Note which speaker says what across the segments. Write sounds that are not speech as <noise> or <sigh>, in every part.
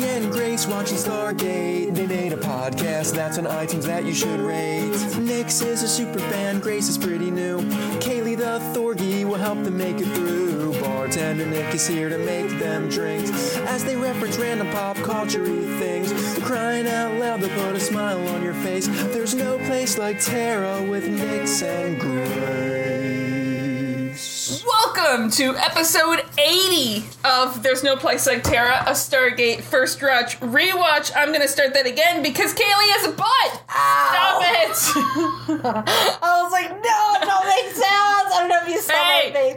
Speaker 1: space watching Stargate. They made a podcast that's on iTunes that you should rate. Nix is a super fan, Grace is pretty new. Kaylee the Thorgy will help them make it through. Bartender Nick is here to make them drinks as they reference random pop culture things. Crying out loud, they'll put a smile on your face. There's no place like Tara with Nix and Grace.
Speaker 2: Welcome to episode 80 of There's No Place Like Terra, a Stargate First Watch Rewatch. I'm gonna start that again because Kaylee has a butt!
Speaker 3: Oh. <laughs>
Speaker 2: Stop it!
Speaker 3: I was like, no, don't
Speaker 2: <laughs>
Speaker 3: make sounds. I don't know if you saw
Speaker 2: Hey.
Speaker 3: my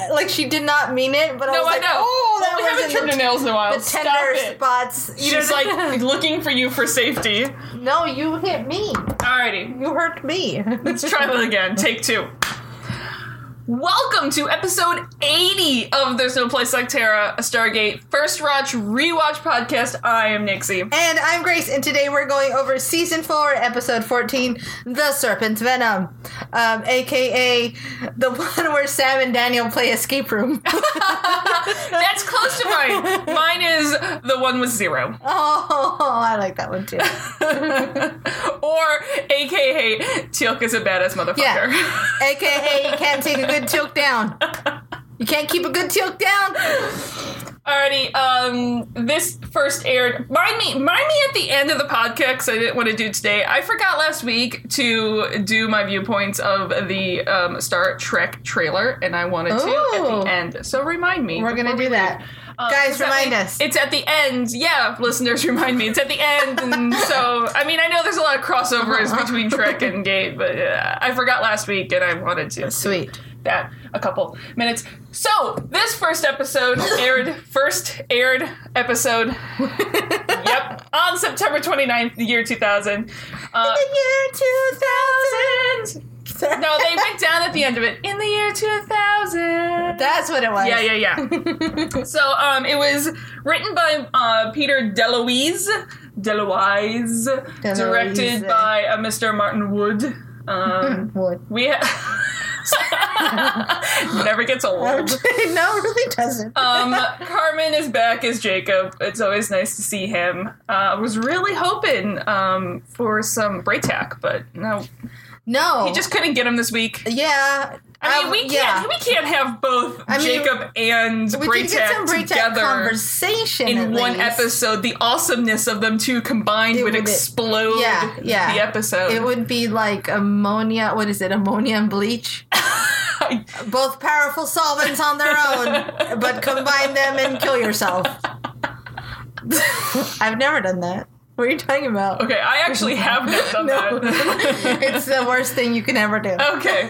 Speaker 3: face. Like she did not mean it, but I
Speaker 2: No,
Speaker 3: was
Speaker 2: I
Speaker 3: like,
Speaker 2: know.
Speaker 3: oh, that
Speaker 2: we
Speaker 3: was
Speaker 2: haven't
Speaker 3: in
Speaker 2: trimmed
Speaker 3: the,
Speaker 2: her nails in a while.
Speaker 3: the
Speaker 2: Stop
Speaker 3: tender
Speaker 2: it.
Speaker 3: spots. You
Speaker 2: She's
Speaker 3: know- <laughs>
Speaker 2: like looking for you for safety.
Speaker 3: no, you hit me.
Speaker 2: Alrighty,
Speaker 3: You hurt me. <laughs>
Speaker 2: let's try that again. Take two. Welcome to episode 80 of There's No Place Like Terra, a Stargate First Watch Rewatch podcast. I am Nixie.
Speaker 3: and I'm Grace, and today we're going over season four, episode fourteen, "The Serpent's Venom," um, aka the <laughs> one where Sam and Daniel play escape room. <laughs>
Speaker 2: That's close to mine. Mine is the one with zero. <laughs>
Speaker 3: oh, I like that one too.
Speaker 2: or AKA Teal'c is a badass motherfucker.
Speaker 3: Yeah. AKA, you can't take a good choke down. You can't keep a good choke down.
Speaker 2: <laughs> Alrighty, um, this first aired. Mind me, mind me at the end of the podcast. 'cause I didn't want to do today. I forgot last week to do my viewpoints of the um, Star Trek trailer, and I wanted to at
Speaker 3: Ooh.
Speaker 2: the end. So remind me.
Speaker 3: Oh. We're gonna
Speaker 2: before we
Speaker 3: do that.
Speaker 2: Uh,
Speaker 3: Guys,
Speaker 2: does that
Speaker 3: remind
Speaker 2: mean-
Speaker 3: us.
Speaker 2: It's at the end. Yeah, listeners, remind me. It's at the end. And so, I mean, I know there's a lot of crossovers between Trek and Gate, but uh, I forgot last week and I wanted to
Speaker 3: Sweet.
Speaker 2: that a couple minutes. So, this first episode aired, first aired episode,
Speaker 3: <laughs>
Speaker 2: yep, on September 29th, the year 2000. Uh,
Speaker 3: The year 2000.
Speaker 2: no, they went down at the end of it. In the year 2000.
Speaker 3: That's what it was.
Speaker 2: Yeah, yeah,
Speaker 3: <laughs>
Speaker 2: yeah. so um, it was written by uh, Peter DeLuise, DeLuise, directed
Speaker 3: DeLuise.
Speaker 2: by uh, Mr. Martin Wood.
Speaker 3: <laughs>
Speaker 2: Um,
Speaker 3: What?
Speaker 2: we ha- <laughs> never gets
Speaker 3: no,
Speaker 2: old.
Speaker 3: it really doesn't.
Speaker 2: Um, Carmen is back as Jacob. It's always nice to see him. Uh, I was really hoping um, for some Braytac, but no,
Speaker 3: no.
Speaker 2: he just couldn't get him this week.
Speaker 3: Yeah.
Speaker 2: I mean,
Speaker 3: Um,
Speaker 2: we can't
Speaker 3: yeah.
Speaker 2: we can't have both
Speaker 3: I mean,
Speaker 2: Jacob and
Speaker 3: We can get some
Speaker 2: Braytac
Speaker 3: break
Speaker 2: together
Speaker 3: conversation
Speaker 2: in
Speaker 3: at
Speaker 2: one
Speaker 3: least.
Speaker 2: episode, the awesomeness of them two combined
Speaker 3: It
Speaker 2: would
Speaker 3: would-
Speaker 2: explode
Speaker 3: Yeah, yeah.
Speaker 2: the episode. <laughs>
Speaker 3: It would be like ammonia. What is it? Ammonia and bleach. Both powerful solvents on their own, but combine them and
Speaker 2: <laughs>
Speaker 3: kill yourself. I've never done that. What are you talking about?
Speaker 2: okay, I actually have not done
Speaker 3: No.
Speaker 2: that.
Speaker 3: <laughs> it's the worst thing you can ever do.
Speaker 2: okay.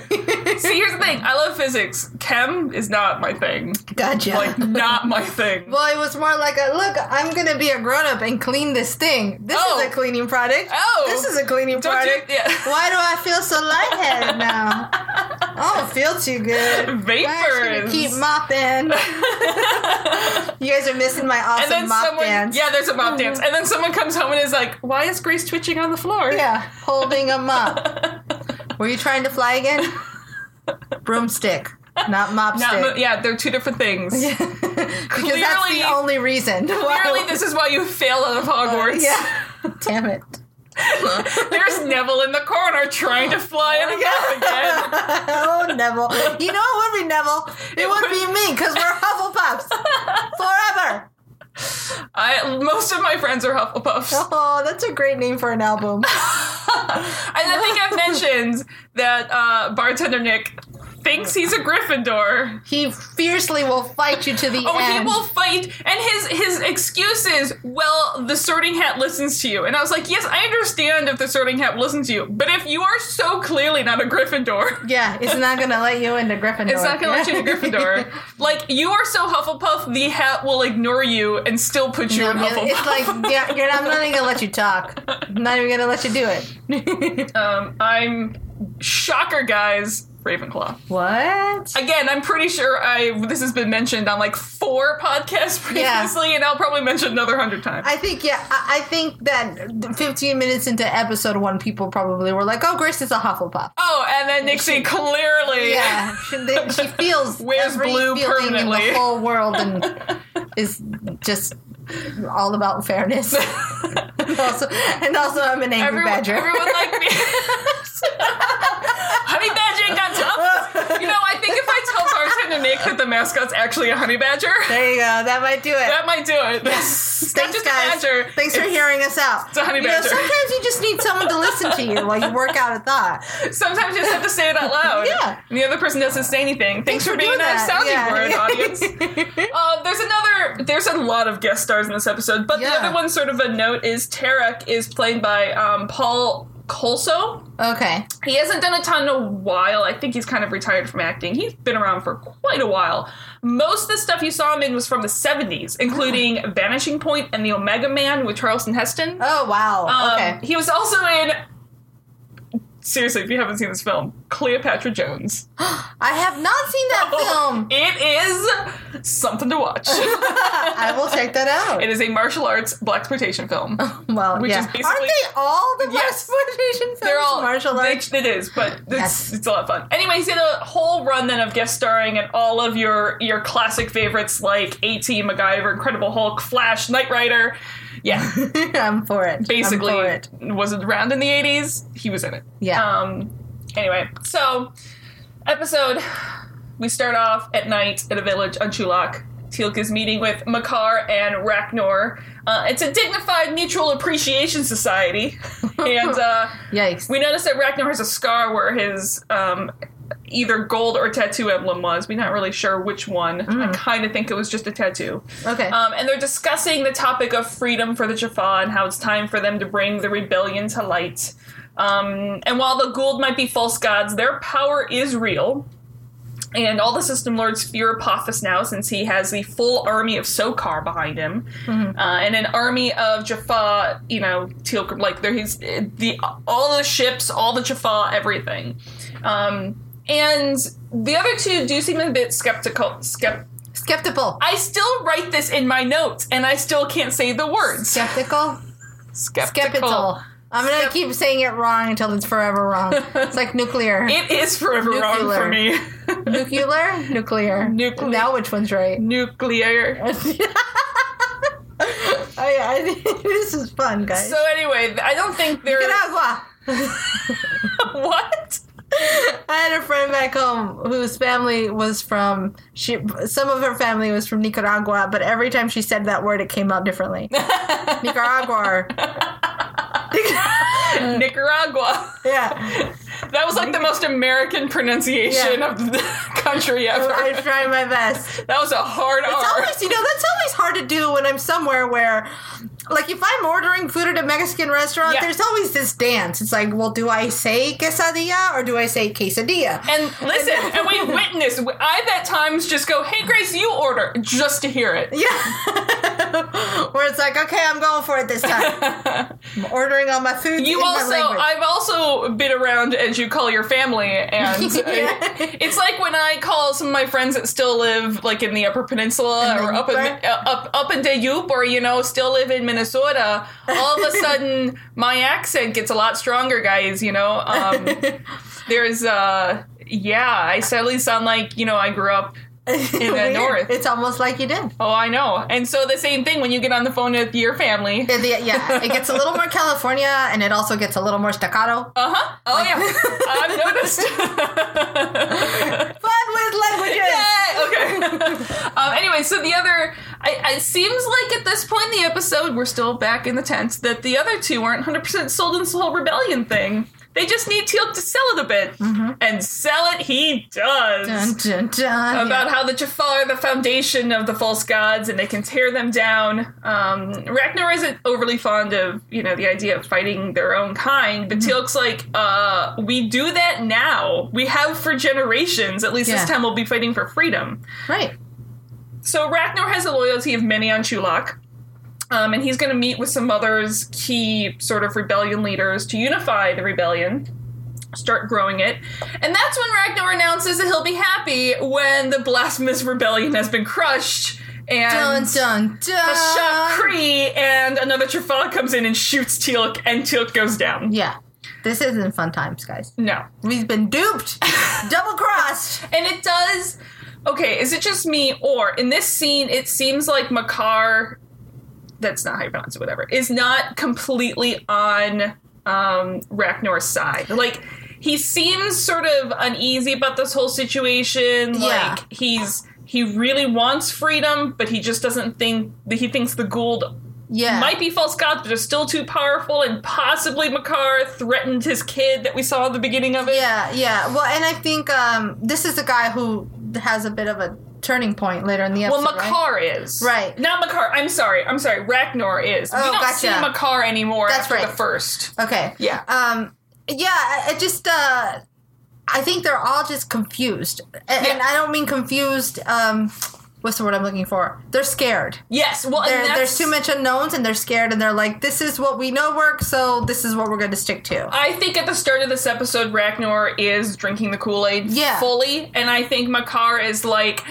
Speaker 2: See, here's the thing. I love physics. Chem is not my thing.
Speaker 3: <laughs> Gotcha.
Speaker 2: Like, not
Speaker 3: <laughs>
Speaker 2: my thing.
Speaker 3: Well, it was more like a look. I'm gonna be a grown up and clean this thing. This
Speaker 2: Oh.
Speaker 3: is a cleaning product.
Speaker 2: Oh.
Speaker 3: this is a cleaning
Speaker 2: Don't do-
Speaker 3: product.
Speaker 2: yeah.
Speaker 3: Why do I feel so
Speaker 2: <laughs>
Speaker 3: lightheaded now? I don't feel too good. I'm
Speaker 2: Vapors.
Speaker 3: gonna keep <laughs> mopping. you guys are missing
Speaker 2: <laughs>
Speaker 3: my
Speaker 2: and
Speaker 3: awesome
Speaker 2: then
Speaker 3: mop
Speaker 2: someone,
Speaker 3: dance. Mm-hmm.
Speaker 2: yeah, there's a mop dance, and then someone comes home and is like, "Why is Grace twitching on the floor?" <laughs>
Speaker 3: yeah, holding a mop. Were you trying to fly again? Broomstick, not mop
Speaker 2: Not
Speaker 3: stick.
Speaker 2: mo- yeah, they're two different things.
Speaker 3: <laughs> because that's
Speaker 2: Clearly-
Speaker 3: the only reason. why-
Speaker 2: Clearly, this is why you fail out of Hogwarts. <laughs>
Speaker 3: Uh, yeah. Damn it.
Speaker 2: There's Neville in the corner trying to fly in a
Speaker 3: <laughs>
Speaker 2: mop again.
Speaker 3: Oh, Neville. You know it would be Neville. It,
Speaker 2: It
Speaker 3: would,
Speaker 2: would-
Speaker 3: be me because we're Hufflepuffs forever.
Speaker 2: I, most of my friends are Hufflepuffs.
Speaker 3: Oh, that's a great name for an album.
Speaker 2: And I think I've mentioned that uh, bartender Nick thinks he's a Gryffindor.
Speaker 3: He fiercely will fight you to the
Speaker 2: Oh,
Speaker 3: end.
Speaker 2: he will fight, and his his excuse is, "Well, the Sorting Hat listens to you." And I was like, "Yes, I understand if the Sorting Hat listens to you, but if you are so clearly not a Gryffindor." <laughs>
Speaker 3: Yeah, it's not gonna let you into Gryffindor.
Speaker 2: It's not gonna let
Speaker 3: <laughs>
Speaker 2: you in Gryffindor. Like you are so Hufflepuff, the hat will ignore you and still put you
Speaker 3: No,
Speaker 2: in Hufflepuff.
Speaker 3: really, it's
Speaker 2: <laughs>
Speaker 3: like yeah, you're not, I'm not even gonna let you talk. I'm not even gonna let you do it.
Speaker 2: Um, I'm shocker, guys. Ravenclaw.
Speaker 3: what?
Speaker 2: Again, I'm pretty sure I this has been mentioned on like four podcasts
Speaker 3: Yeah.
Speaker 2: previously, and I'll probably mention another hundred times.
Speaker 3: I think yeah, I, I think that 15 minutes into episode one, people probably were like, "Oh, Grace is a
Speaker 2: <laughs>
Speaker 3: Hufflepuff."
Speaker 2: oh, and then Nixie clearly.
Speaker 3: Yeah, she, they, she feels
Speaker 2: <laughs> Wears
Speaker 3: every
Speaker 2: blue
Speaker 3: feeling in
Speaker 2: permanently. <laughs>
Speaker 3: the whole world and is just I'm all
Speaker 2: <laughs>
Speaker 3: about fairness. <laughs> and, also, and also, I'm an angry
Speaker 2: everyone,
Speaker 3: badger.
Speaker 2: everyone like me. honey badger ain't got tough. You know, I think if I tell bartender Nick that the mascot's actually a honey badger,
Speaker 3: <laughs> there you go. That might do it.
Speaker 2: that might do it. Yes. It's <laughs> not
Speaker 3: Thanks,
Speaker 2: just
Speaker 3: guys.
Speaker 2: a badger.
Speaker 3: Thanks for
Speaker 2: It's-
Speaker 3: hearing us out.
Speaker 2: a honey
Speaker 3: you know,
Speaker 2: badger.
Speaker 3: sometimes you just need someone to listen to you while you work out a thought.
Speaker 2: Sometimes you just have to say it out loud.
Speaker 3: <laughs> Yeah.
Speaker 2: And the other person doesn't say anything. Thanks, for, being
Speaker 3: doing
Speaker 2: our
Speaker 3: that.
Speaker 2: sounding
Speaker 3: Yeah. <laughs>
Speaker 2: board, audience. uh, there's another. There's a lot of guest stars in this episode, but
Speaker 3: Yeah.
Speaker 2: the other one, sort of a note, is Tarek is played by um, Paul Colso.
Speaker 3: <laughs> Okay.
Speaker 2: He hasn't done a ton in a while. I think he's kind of retired from acting. He's been around for quite a while. Most of the stuff you saw him in was from the 70s, including Vanishing Point and The Omega Man with Charleston Heston.
Speaker 3: Oh wow.
Speaker 2: Um,
Speaker 3: okay.
Speaker 2: He was also in. Seriously, if you haven't seen this film, Cleopatra Jones.
Speaker 3: I have not
Speaker 2: <laughs>
Speaker 3: seen that film.
Speaker 2: It is something to watch.
Speaker 3: <laughs> I will check that out.
Speaker 2: it is a martial arts black exploitation film.
Speaker 3: well,
Speaker 2: which
Speaker 3: yeah.
Speaker 2: is basically-
Speaker 3: Aren't they all the
Speaker 2: Yes.
Speaker 3: yes. films?
Speaker 2: They're all
Speaker 3: martial
Speaker 2: they-
Speaker 3: arts. <laughs>
Speaker 2: It is, but it's,
Speaker 3: Yes.
Speaker 2: it's a lot of fun. Anyway, he's did a whole run then of guest starring and all of your your classic favorites like A Team, MacGyver, Incredible Hulk, Flash, Knight Rider. Yeah,
Speaker 3: <laughs> I'm for it.
Speaker 2: basically
Speaker 3: I'm for it.
Speaker 2: was around in the eighties. He was in it.
Speaker 3: Yeah.
Speaker 2: Um. Anyway, so episode we start off at night at a village on Chulak. Teal'c is meeting with Makar and Raknor. Uh, it's a dignified mutual appreciation society, <laughs> and uh,
Speaker 3: Yikes.
Speaker 2: we notice that Ragnar has a scar where his um, either gold or tattoo emblem was. We're not really sure which one. I kind of think it was just a tattoo.
Speaker 3: okay.
Speaker 2: Um, and they're discussing the topic of freedom for the Jaffa and how it's time for them to bring the rebellion to light. Um, and while the Gould might be false gods, their power is real. And all the System Lords fear Apophis now since he has the full army of Sokar behind him. Uh, and an army of Jaffa, you know, Teal, like there he's the all the ships, all the Jaffa, everything. Um, and the other two do seem a bit skeptical, skept,
Speaker 3: Skeptical.
Speaker 2: I still write this in my notes, and I still can't say the words.
Speaker 3: Skeptical.
Speaker 2: Skeptical.
Speaker 3: Skeptical. I'm gonna keep saying it wrong until it's
Speaker 2: <laughs>
Speaker 3: forever wrong. It's like nuclear.
Speaker 2: It is forever wrong for me. <laughs>
Speaker 3: Nuclear? Nuclear.
Speaker 2: Nuclear.
Speaker 3: Now which one's right? <laughs>
Speaker 2: Nuclear.
Speaker 3: Oh yeah, I, <laughs> this is fun, guys.
Speaker 2: So anyway, I don't think there.
Speaker 3: Nicaragua.
Speaker 2: <laughs> what?
Speaker 3: I had a friend back home whose family was from she. Some of her family was from Nicaragua, but every time she said that word, it came out <laughs> differently. <laughs> Nicaragua. Uh.
Speaker 2: Nicaragua.
Speaker 3: yeah,
Speaker 2: That was like the most American pronunciation
Speaker 3: Yeah.
Speaker 2: of the <laughs> country ever.
Speaker 3: I tried my best.
Speaker 2: that was a hard
Speaker 3: It's
Speaker 2: R.
Speaker 3: always, you know, that's always hard to do when I'm somewhere where, like, if I'm ordering food at a Mexican restaurant,
Speaker 2: Yeah.
Speaker 3: there's always this dance. It's like, well, do I say quesadilla or do I say quesadilla?
Speaker 2: And listen, and
Speaker 3: <laughs>
Speaker 2: we witnessed. I've at times just go, "Hey, Grace, you order," just to hear it.
Speaker 3: yeah. <laughs> where it's like, okay, I'm going for it
Speaker 2: <laughs>
Speaker 3: this time. I'm ordering all my food.
Speaker 2: You
Speaker 3: in my
Speaker 2: also,
Speaker 3: language.
Speaker 2: I've also been around as you call your family, and
Speaker 3: <laughs> Yeah.
Speaker 2: I- it's like when I call some of my friends that still live like in the Upper Peninsula
Speaker 3: In the
Speaker 2: or up in
Speaker 3: Upper?
Speaker 2: uh, up up in Dayup or you know still live in Minnesota. All
Speaker 3: <laughs>
Speaker 2: of a sudden, my accent gets a lot stronger, guys. You know,
Speaker 3: <laughs>
Speaker 2: um, there's uh, yeah, I suddenly sound like you know I grew up.
Speaker 3: <laughs>
Speaker 2: in the
Speaker 3: Weird.
Speaker 2: north.
Speaker 3: It's almost like you did.
Speaker 2: Oh, I know. And so the same thing when you get on the phone with your family.
Speaker 3: It- yeah, yeah, it gets a little more California, and it also gets a little more staccato.
Speaker 2: Uh huh. Oh
Speaker 3: <laughs>
Speaker 2: yeah, I've noticed.
Speaker 3: Fun with languages.
Speaker 2: Yay! Okay. <laughs> um, anyway, so the other, I, it seems like at this point in the episode, we're still back in the tent that the other two aren't 100% sold into the whole rebellion thing. They just need Teal'c to sell it a bit, and sell it he does.
Speaker 3: Dun, dun, dun.
Speaker 2: About
Speaker 3: Yeah.
Speaker 2: how the Jaffa are the foundation of the false gods, and they can tear them down. Um, Ragnar isn't overly fond of, you know, the idea of fighting their own kind,
Speaker 3: Mm-hmm.
Speaker 2: but Teal'c's like, uh, we do that now. We have for generations. At least this
Speaker 3: Yeah.
Speaker 2: time we'll be fighting for freedom.
Speaker 3: right.
Speaker 2: So Ragnar has a loyalty of many on Chulak, um, and he's going to meet with some others key sort of rebellion leaders to unify the rebellion, start growing it, and that's when Ragnar announces that he'll be happy when the blasphemous rebellion has been crushed
Speaker 3: Dun
Speaker 2: and.
Speaker 3: dun
Speaker 2: a
Speaker 3: dun.
Speaker 2: Shot Cree and another Trafal comes in and shoots Teal'c, and Teal'c goes down.
Speaker 3: Yeah. This isn't fun times, guys.
Speaker 2: No,
Speaker 3: We've
Speaker 2: <laughs>
Speaker 3: been duped, double crossed.
Speaker 2: And it does. Okay, is it just me or in this scene it seems like Makar that's not how you pronounce it, whatever, is not completely on um, Racknor's side. Like, he seems sort of uneasy about this whole situation.
Speaker 3: Yeah.
Speaker 2: Like, he's he really wants freedom, but he just doesn't think that he thinks the Gould
Speaker 3: Yeah.
Speaker 2: might be false gods, but are still too powerful, and possibly Makar threatened his kid that we saw at the beginning of it.
Speaker 3: Yeah, yeah. Well, and I think um, this is the guy who has a bit of a turning point later in the
Speaker 2: Well,
Speaker 3: episode. right?
Speaker 2: Makar is
Speaker 3: Right.
Speaker 2: Not Makar. I'm sorry. I'm sorry. Ragnar is. we
Speaker 3: Oh,
Speaker 2: don't
Speaker 3: gotcha.
Speaker 2: see Makar anymore.
Speaker 3: That's
Speaker 2: after
Speaker 3: right.
Speaker 2: The first.
Speaker 3: Okay.
Speaker 2: Yeah.
Speaker 3: Um. Yeah. I I just. Uh, I think they're all just confused, and, and
Speaker 2: Yeah.
Speaker 3: I don't mean confused. Um, what's the word I'm looking for? They're scared.
Speaker 2: Yes. Well, and
Speaker 3: There,
Speaker 2: that's-
Speaker 3: there's too much unknowns, and they're scared, and they're like, "This is what we know works, so this is what we're going to stick to."
Speaker 2: I think at the start of this episode, Ragnar is drinking the Kool Aid
Speaker 3: Yeah.
Speaker 2: fully, and I think Makar is like,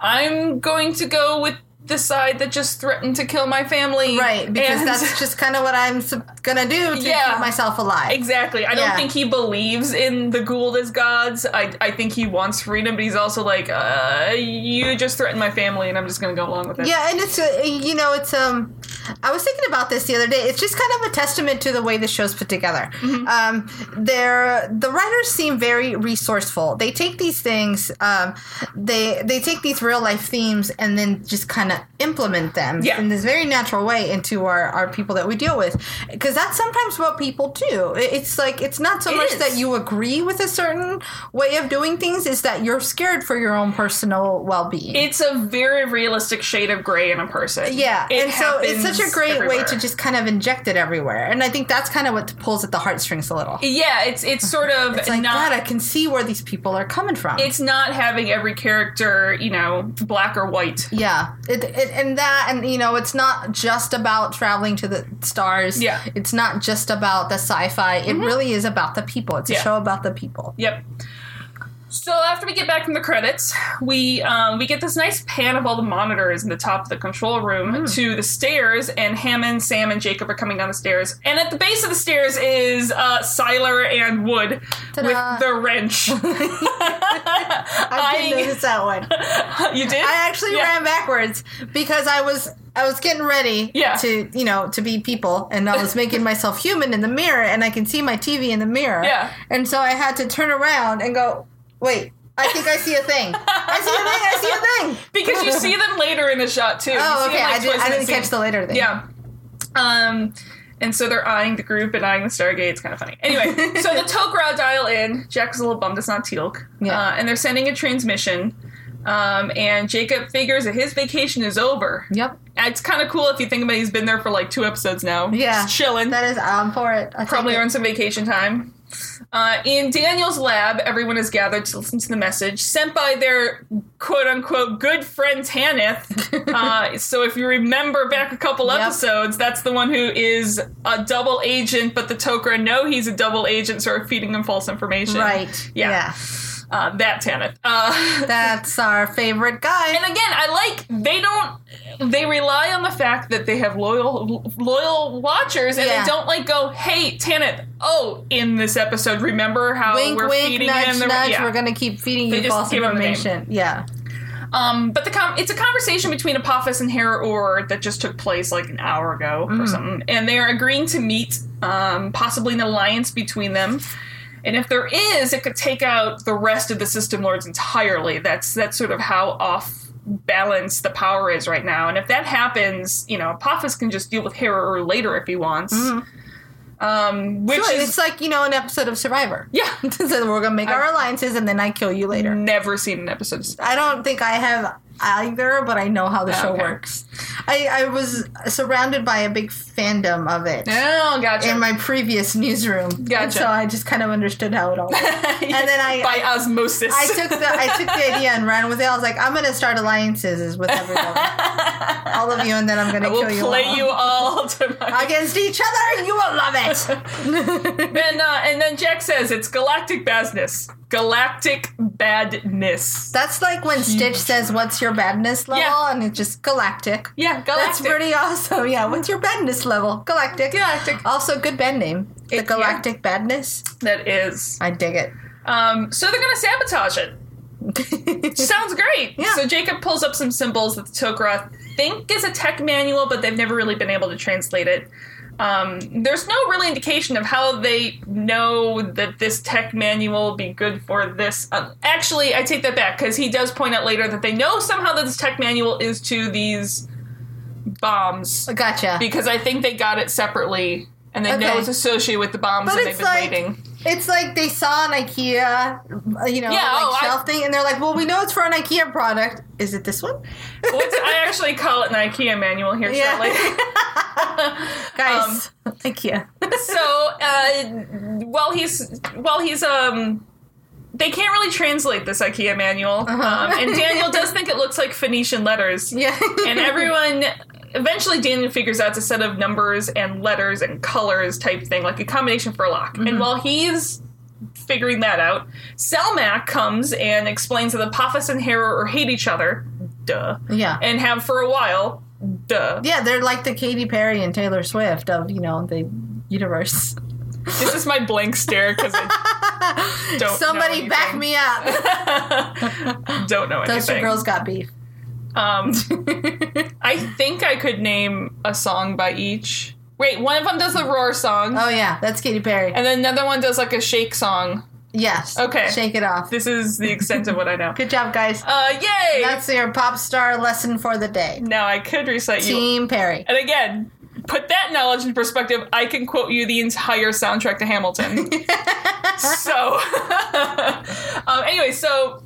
Speaker 2: I'm going to go with the side that just threatened to kill my family.
Speaker 3: right, because
Speaker 2: And- <laughs>
Speaker 3: that's just kind of what I'm sup- gonna do to
Speaker 2: Yeah.
Speaker 3: keep myself alive.
Speaker 2: Exactly. I
Speaker 3: Yeah.
Speaker 2: don't think he believes in the Gould as gods. I, I think he wants freedom, but he's also like, uh, you just threatened my family, and I'm just going to go along with it.
Speaker 3: Yeah, and it's uh, you know it's um I was thinking about this the other day. It's just kind of a testament to the way the show's put together.
Speaker 2: Mm-hmm.
Speaker 3: Um, they're the writers seem very resourceful. They take these things, um, they they take these real life themes and then just kind of implement them
Speaker 2: Yeah.
Speaker 3: in this very natural way into our, our people that we deal with. Because that's sometimes what people do. It- It's like it's not so
Speaker 2: It
Speaker 3: much
Speaker 2: is.
Speaker 3: that you agree with a certain way of doing things; is that you're scared for your own personal well being.
Speaker 2: It's a very realistic shade of gray in a person.
Speaker 3: Yeah,
Speaker 2: It
Speaker 3: and so it's such a
Speaker 2: happens
Speaker 3: great way
Speaker 2: everywhere.
Speaker 3: to just kind of inject it everywhere, and I think that's kind of what pulls at the heartstrings a little.
Speaker 2: Yeah, it's it's sort of
Speaker 3: <laughs> It's like
Speaker 2: not
Speaker 3: God, I can see where these people are coming from.
Speaker 2: it's not having every character, you know, black or white.
Speaker 3: yeah, it, it, and that, and you know, it's not just about traveling to the stars.
Speaker 2: Yeah. Mm-hmm.
Speaker 3: it's not just about the sci-fi. It really is about the people. It's a
Speaker 2: Yeah.
Speaker 3: show about the people.
Speaker 2: Yep. So after we get back from the credits, we um, we get this nice pan of all the monitors in the top of the control room
Speaker 3: Hmm.
Speaker 2: to the stairs, and Hammond, Sam, and Jacob are coming down the stairs. And at the base of the stairs is uh, Siler and Wood
Speaker 3: Ta-da.
Speaker 2: with the wrench. <laughs>
Speaker 3: I did
Speaker 2: I,
Speaker 3: notice that one.
Speaker 2: you did?
Speaker 3: I actually
Speaker 2: Yeah.
Speaker 3: ran backwards because I was I was getting ready
Speaker 2: Yeah.
Speaker 3: to you know to be people and I was making myself human in the mirror and I can see my TV in the mirror.
Speaker 2: Yeah.
Speaker 3: And so I had to turn around and go, wait, I think I see a thing. I see a thing, I see a thing.
Speaker 2: <laughs> Because you see them later in the shot too. You
Speaker 3: <laughs> Oh,
Speaker 2: see them,
Speaker 3: okay.
Speaker 2: like,
Speaker 3: I, did,
Speaker 2: twice
Speaker 3: I
Speaker 2: in
Speaker 3: didn't
Speaker 2: scene.
Speaker 3: catch the later thing.
Speaker 2: Yeah. Um, and so they're eyeing the group and eyeing the Stargate. It's kind of funny.
Speaker 3: <laughs>
Speaker 2: Anyway, so the Tok'ra dial in. Jack's a little bummed it's not Teal'c.
Speaker 3: Yeah.
Speaker 2: Uh, and they're sending a transmission. Um, and Jacob figures that his vacation is over.
Speaker 3: Yep.
Speaker 2: It's kind of cool if you think about it. He's been there for like two episodes now.
Speaker 3: Yeah.
Speaker 2: Just chilling.
Speaker 3: That is I'm for it. I take
Speaker 2: Probably
Speaker 3: it.
Speaker 2: earned some vacation time. Uh, in Daniel's lab, everyone is gathered to listen to the message sent by their quote unquote good friend
Speaker 3: <laughs>
Speaker 2: Tanith. uh, so, if you remember back a couple
Speaker 3: Yep.
Speaker 2: episodes, that's the one who is a double agent, but the Tok'ra know he's a double agent, so are feeding him false information.
Speaker 3: Right.
Speaker 2: Yeah.
Speaker 3: Yeah.
Speaker 2: Uh, that Tanith. Uh,
Speaker 3: That's our favorite guy.
Speaker 2: and again, I like they don't they rely on the fact that they have loyal loyal watchers, and
Speaker 3: Yeah.
Speaker 2: they don't like go, hey Tanith, oh, in this episode, remember how
Speaker 3: Wink,
Speaker 2: oh, we're
Speaker 3: wink,
Speaker 2: feeding
Speaker 3: nudge,
Speaker 2: him the
Speaker 3: nudge.
Speaker 2: yeah.
Speaker 3: We're gonna keep feeding
Speaker 2: They
Speaker 3: you
Speaker 2: just
Speaker 3: false
Speaker 2: give him the name.
Speaker 3: information. Yeah,
Speaker 2: Um, but the com- it's a conversation between Apophis and Hera Orr that just took place like an hour ago or
Speaker 3: Mm.
Speaker 2: something, and they are agreeing to meet, um, possibly an alliance between them. And if there is, it could take out the rest of the System Lords entirely. That's that's sort of how off balance the power is right now. And if that happens, you know, Apophis can just deal with Hera Orr later if he wants. Um, which
Speaker 3: Sure,
Speaker 2: is
Speaker 3: Mm. it's like you know an episode of Survivor.
Speaker 2: yeah,
Speaker 3: <laughs>
Speaker 2: <laughs> Mm.
Speaker 3: so we're gonna make our alliances and then I kill you later.
Speaker 2: never seen an episode. Of-
Speaker 3: I don't think I have either, but I know how the show
Speaker 2: Okay.
Speaker 3: works. I, I was surrounded by a big fandom of it
Speaker 2: oh, gotcha. <laughs>
Speaker 3: in my previous newsroom. And
Speaker 2: Gotcha.
Speaker 3: So I just kind of understood how it all worked.
Speaker 2: <laughs>
Speaker 3: and then I-
Speaker 2: by osmosis.
Speaker 3: I took the I took the idea and ran with it. I was like, I'm gonna start alliances
Speaker 2: <laughs>
Speaker 3: with everyone. all of you and then I'm gonna
Speaker 2: I will
Speaker 3: kill you.
Speaker 2: play
Speaker 3: all.
Speaker 2: you all <laughs> to my.
Speaker 3: Against each other, you will
Speaker 2: <laughs>
Speaker 3: love it.
Speaker 2: Then, uh, and then Jack says it's galactic badness. Galactic badness.
Speaker 3: That's like when Stitch says, "What's your badness level?"
Speaker 2: Yeah.
Speaker 3: and it's just galactic.
Speaker 2: Yeah,
Speaker 3: That's
Speaker 2: galactic.
Speaker 3: pretty awesome. Yeah. What's your badness level? Galactic.
Speaker 2: Galactic.
Speaker 3: Also, good band name. The
Speaker 2: It-
Speaker 3: Galactic Badness.
Speaker 2: That is. <laughs>
Speaker 3: I dig it. <laughs>
Speaker 2: Um, so they're gonna sabotage it. Sounds great.
Speaker 3: Yeah.
Speaker 2: So Jacob pulls up some symbols that the Tok'ra think is a tech manual, but they've never really been able to translate it. Um, there's no really indication of how they know that this tech manual will be good for this. Um, actually, I take that back because he does point out later that they know somehow that this tech manual is to these bombs
Speaker 3: Gotcha.
Speaker 2: because I think they got it separately and they know
Speaker 3: Okay.
Speaker 2: it's associated with the bombs
Speaker 3: But
Speaker 2: that they've
Speaker 3: it's
Speaker 2: been
Speaker 3: like-
Speaker 2: waiting.
Speaker 3: It's like they saw an IKEA, you know,
Speaker 2: Yeah,
Speaker 3: like
Speaker 2: oh, I-
Speaker 3: shelf thing, and they're like, "Well, we know it's for an IKEA product. Is it this one,
Speaker 2: What's, I actually call it an IKEA manual here.
Speaker 3: <laughs> Yeah.
Speaker 2: So like, <laughs>
Speaker 3: <laughs>
Speaker 2: Um,
Speaker 3: guys? IKEA." <laughs>
Speaker 2: so uh, while he's while he's um they can't really translate this ikea manual um, and daniel does think it looks like phoenician letters
Speaker 3: Uh-huh. yeah.
Speaker 2: and everyone eventually daniel figures out it's a set of numbers and letters and colors type thing like a combination for a lock
Speaker 3: Mm-hmm.
Speaker 2: and while he's figuring that out selmac comes and explains that apophis and hera or hate each other duh
Speaker 3: yeah.
Speaker 2: and have for a while duh
Speaker 3: yeah, they're like the Katy Perry and Taylor Swift of you know the universe.
Speaker 2: Oh, this is my blank stare because i
Speaker 3: <laughs>
Speaker 2: don't know
Speaker 3: Somebody back
Speaker 2: anything.
Speaker 3: me
Speaker 2: <laughs>
Speaker 3: up.
Speaker 2: don't know
Speaker 3: Those two
Speaker 2: anything.
Speaker 3: girls got beef. <laughs>
Speaker 2: Um, I think I could name a song by each. Wait, one of them does the roar song,
Speaker 3: Oh yeah, that's Katy Perry.
Speaker 2: and then another one does like a shake song.
Speaker 3: yes.
Speaker 2: Okay.
Speaker 3: Shake it off.
Speaker 2: This is the extent of what I
Speaker 3: <laughs>
Speaker 2: know.
Speaker 3: Good job, guys.
Speaker 2: Uh, yay!
Speaker 3: That's your pop star lesson for the day.
Speaker 2: now I could recite you.
Speaker 3: Team Perry.
Speaker 2: And again, put that knowledge in perspective. I can quote you the entire soundtrack to
Speaker 3: <laughs>
Speaker 2: Hamilton. so, <laughs> um, anyway, so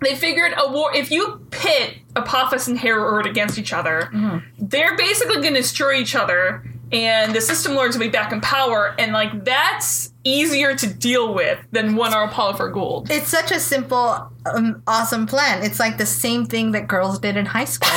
Speaker 2: they figured a war. If you pit Apophis and Herod against each other,
Speaker 3: Mm-hmm.
Speaker 2: they're basically going to destroy each other, and the system lords will be back in power. And like that's easier to deal with than one arm Apollo for Gould.
Speaker 3: It's such a simple, um, awesome plan. It's like the same thing that girls did in
Speaker 2: <laughs>
Speaker 3: high school.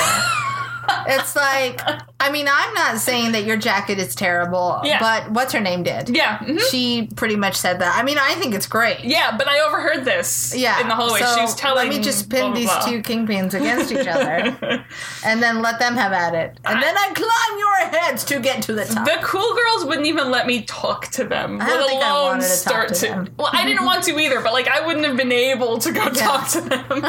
Speaker 3: it's like, I mean, I'm not saying that your jacket is terrible,
Speaker 2: Yeah.
Speaker 3: but what's her name did?
Speaker 2: Yeah. mhm.
Speaker 3: She pretty much said that. I mean, I think it's great.
Speaker 2: Yeah, but I overheard this
Speaker 3: Yeah.
Speaker 2: in the hallway.
Speaker 3: so
Speaker 2: she was telling
Speaker 3: Let me just
Speaker 2: blah,
Speaker 3: pin
Speaker 2: blah,
Speaker 3: these
Speaker 2: blah.
Speaker 3: two kingpins against
Speaker 2: <laughs>
Speaker 3: each other and then let them have at it. And then I climb your heads to get to the top.
Speaker 2: The cool girls wouldn't even let me talk to them.
Speaker 3: don't
Speaker 2: let
Speaker 3: think I
Speaker 2: alone
Speaker 3: wanted to talk
Speaker 2: start
Speaker 3: to them.
Speaker 2: Well, I didn't want to either, but like I wouldn't have been able
Speaker 3: <laughs>
Speaker 2: to go talk to them.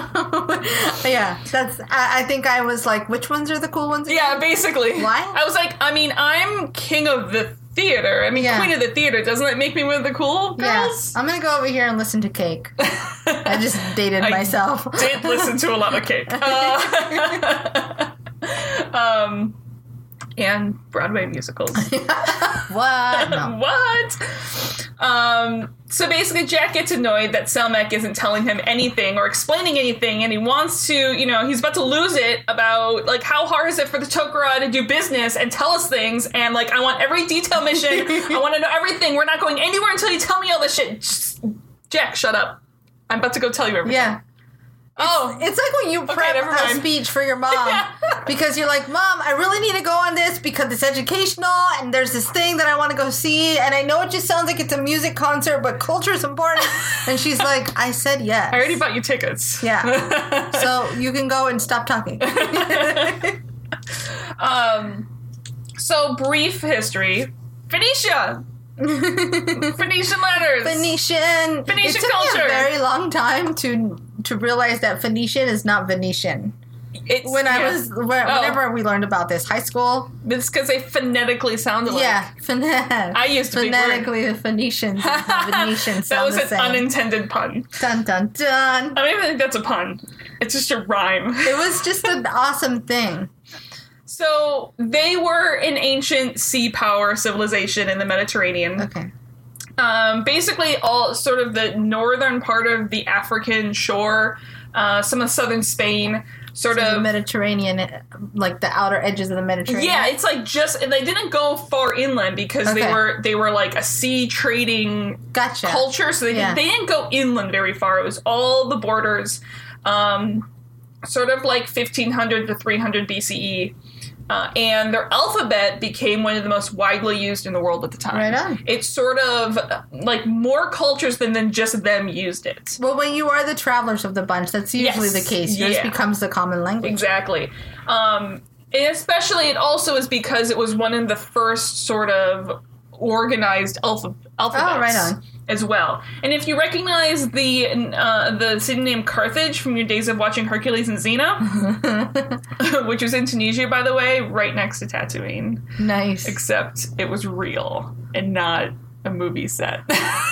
Speaker 3: yeah. That's, I, I think I was like, which ones are the cool ones? again?
Speaker 2: yeah, basically.
Speaker 3: Why?
Speaker 2: I was like, I mean, I'm king of the theater. I mean,
Speaker 3: Yeah.
Speaker 2: queen of the theater. Doesn't that make me one of the cool girls?
Speaker 3: Yes. I'm gonna go over here and listen to Cake. I just
Speaker 2: <laughs>
Speaker 3: dated
Speaker 2: I
Speaker 3: myself.
Speaker 2: did listen to a lot of cake. Uh, <laughs> um, and Broadway musicals.
Speaker 3: <laughs> what? No.
Speaker 2: what? Um, so basically, Jack gets annoyed that Selmec isn't telling him anything or explaining anything, and he wants to, you know, he's about to lose it about like how hard is it for the Tok'ra to do business and tell us things, and like I want every detail mission, I want to know everything. We're not going anywhere until you tell me all this shit. Just- Jack, shut up. I'm about to go tell you everything.
Speaker 3: Yeah.
Speaker 2: Oh,
Speaker 3: It's like when you prep
Speaker 2: never
Speaker 3: a
Speaker 2: mind.
Speaker 3: speech for your mom
Speaker 2: <laughs> Yeah.
Speaker 3: because you're like, Mom, I really need to go on this because it's educational and there's this thing that I want to go see and I know it just sounds like it's a music concert, but culture is important. and
Speaker 2: <laughs>
Speaker 3: she's like, I said yes.
Speaker 2: I already bought you tickets. <laughs>
Speaker 3: Yeah. so you can go and stop talking.
Speaker 2: Um, So brief history. Phoenicia. Phoenician letters. Phoenician
Speaker 3: Phoenician. it took Me
Speaker 2: culture.
Speaker 3: a very long time to to realize that Phoenician is not Venetian.
Speaker 2: It's-
Speaker 3: when I
Speaker 2: yeah. Oh.
Speaker 3: was whe- whenever we learned about this high school.
Speaker 2: It's because they phonetically sounded like.
Speaker 3: yeah, phonetic.
Speaker 2: I used to be
Speaker 3: phonetically the Phoenicians. and the
Speaker 2: <laughs>
Speaker 3: Venetians
Speaker 2: that
Speaker 3: sound
Speaker 2: was
Speaker 3: the
Speaker 2: an
Speaker 3: same.
Speaker 2: unintended pun.
Speaker 3: dun dun dun.
Speaker 2: <laughs> I don't even think that's a pun. It's just a rhyme.
Speaker 3: It was just an awesome thing.
Speaker 2: <laughs> So they were an ancient sea power civilization in the Mediterranean.
Speaker 3: Okay.
Speaker 2: Um, basically, all sort of the northern part of the African shore, uh, some of southern Spain, sort
Speaker 3: The
Speaker 2: of
Speaker 3: Mediterranean, eh, like the outer edges of the Mediterranean.
Speaker 2: Yeah, it's like just and they didn't go far inland because they
Speaker 3: Okay.
Speaker 2: were they were like a sea trading
Speaker 3: Gotcha.
Speaker 2: culture, so they
Speaker 3: Yeah.
Speaker 2: didn't, they didn't go inland very far. It was all the borders, um, sort of like 1500 to 300 BCE. Uh, and their alphabet became one of the most widely used in the world at the time.
Speaker 3: Right on.
Speaker 2: It's sort of uh, like more cultures than, than just them used it.
Speaker 3: Well, when you are the travelers of the bunch, that's usually
Speaker 2: Yes.
Speaker 3: the case. Yours
Speaker 2: Yeah.
Speaker 3: becomes the common language.
Speaker 2: Exactly. Um, and especially, it also is because it was one of the first sort of organized alpha- alphabets.
Speaker 3: Oh, right on.
Speaker 2: as well. And if you recognize the uh, the city name Carthage from your days of watching Hercules and Xena, <laughs> which was in Tunisia, by the way, right next to Tatooine,
Speaker 3: Nice.
Speaker 2: except it was real and not a movie set. <laughs>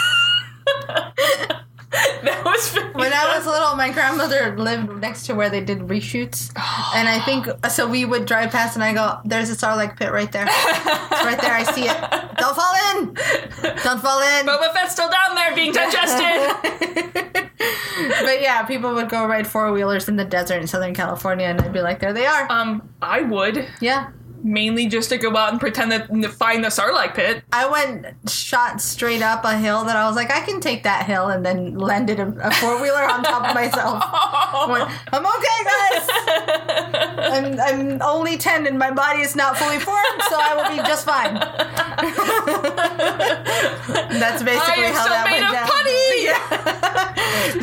Speaker 2: that was
Speaker 3: when I was little, my grandmother lived next to where they did reshoots, and I think so. We would drive past, and I go, "There's a Sarlacc pit right there. It's right there. I see it. Don't fall in. Don't fall in."
Speaker 2: <laughs> Boba Fett's still down there being
Speaker 3: <laughs>
Speaker 2: digested.
Speaker 3: But yeah, people would go ride four wheelers in the desert in Southern California, and I'd be like, "There they are."
Speaker 2: um, I would
Speaker 3: yeah,
Speaker 2: mainly just to go out and pretend that n- find the Sarlacc pit. <laughs>
Speaker 3: I went shot straight up a hill that I was like, "I can take that hill," and then landed a, a four wheeler on top of myself. I went, I'm okay,
Speaker 2: <laughs>
Speaker 3: guys. I'm, I'm only 10 and my body is not fully formed, so I will be just fine.
Speaker 2: <laughs>
Speaker 3: That's
Speaker 2: I
Speaker 3: basically
Speaker 2: am
Speaker 3: how
Speaker 2: so
Speaker 3: that
Speaker 2: made
Speaker 3: went
Speaker 2: of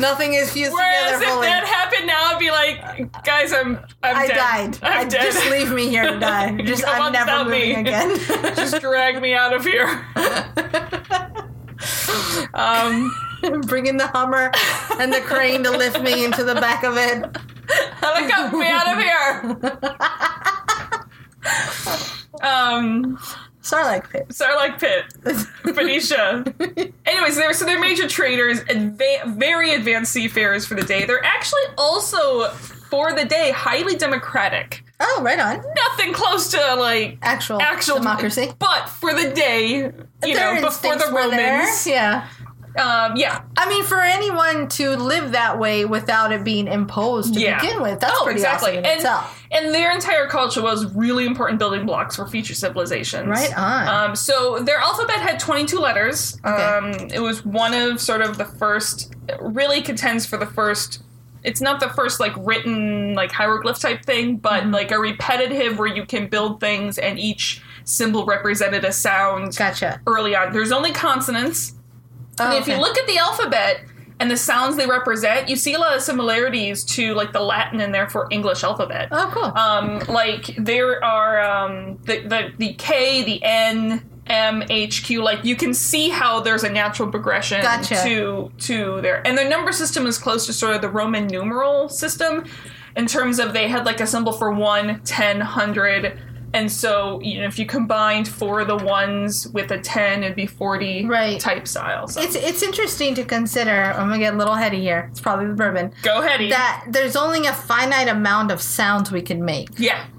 Speaker 2: putty.
Speaker 3: down. <laughs> Nothing is fused
Speaker 2: Whereas
Speaker 3: together
Speaker 2: if
Speaker 3: fully.
Speaker 2: that happened now, I'd be like, guys, I'm I'm
Speaker 3: I
Speaker 2: dead.
Speaker 3: died.
Speaker 2: I'm
Speaker 3: I
Speaker 2: dead.
Speaker 3: just leave me here to die. Just
Speaker 2: Come
Speaker 3: I'm
Speaker 2: on,
Speaker 3: never
Speaker 2: stop
Speaker 3: moving
Speaker 2: me.
Speaker 3: again.
Speaker 2: <laughs>
Speaker 3: <laughs>
Speaker 2: just drag me out of here. um,
Speaker 3: Bring in the Hummer and the crane to lift me into the back of it.
Speaker 2: helicopter me out of here.
Speaker 3: <laughs>
Speaker 2: um,
Speaker 3: Sarlacc pit.
Speaker 2: Sarlacc
Speaker 3: <laughs>
Speaker 2: pit, Phoenicia. Anyways, they're so they're major traders, adva- very advanced seafarers for the day. They're actually also for the day highly democratic.
Speaker 3: Oh, right on.
Speaker 2: Nothing close to like
Speaker 3: Actual,
Speaker 2: actual
Speaker 3: democracy.
Speaker 2: but for the day, you
Speaker 3: Their
Speaker 2: know, before
Speaker 3: instincts
Speaker 2: the
Speaker 3: were there.
Speaker 2: Romans.
Speaker 3: Yeah.
Speaker 2: Um, yeah,
Speaker 3: I mean, for anyone to live that way without it being imposed to
Speaker 2: yeah.
Speaker 3: begin with, that's
Speaker 2: oh,
Speaker 3: pretty
Speaker 2: exactly.
Speaker 3: awesome in
Speaker 2: and,
Speaker 3: itself.
Speaker 2: and their entire culture was really important building blocks for future civilizations.
Speaker 3: Right on.
Speaker 2: Um, so their alphabet had 22 letters.
Speaker 3: Okay.
Speaker 2: Um, it was one of sort of the first, it really contends for the first. It's not the first like written like hieroglyph type thing, but
Speaker 3: Mm-hmm.
Speaker 2: like a repetitive where you can build things and each symbol represented a sound
Speaker 3: Gotcha.
Speaker 2: early on. There's only consonants.
Speaker 3: Oh,
Speaker 2: And if
Speaker 3: okay.
Speaker 2: you look at the alphabet and the sounds they represent, you see a lot of similarities to like the Latin in there for English alphabet.
Speaker 3: oh, cool.
Speaker 2: Um, like there are um, the, the the K, the N, M, H, Q. Like you can see how there's a natural progression
Speaker 3: Gotcha.
Speaker 2: to to there, and their number system is close to sort of the Roman numeral system in terms of they had like a symbol for one, ten, hundred. And so, you know, if you combined four of the ones with a ten, it'd be forty
Speaker 3: Right.
Speaker 2: type style. So.
Speaker 3: it's it's interesting to consider. I'm gonna get a little heady here. It's probably the bourbon.
Speaker 2: Go ahead. Eve.
Speaker 3: That there's only a finite amount of sounds we can make,
Speaker 2: yeah. <laughs>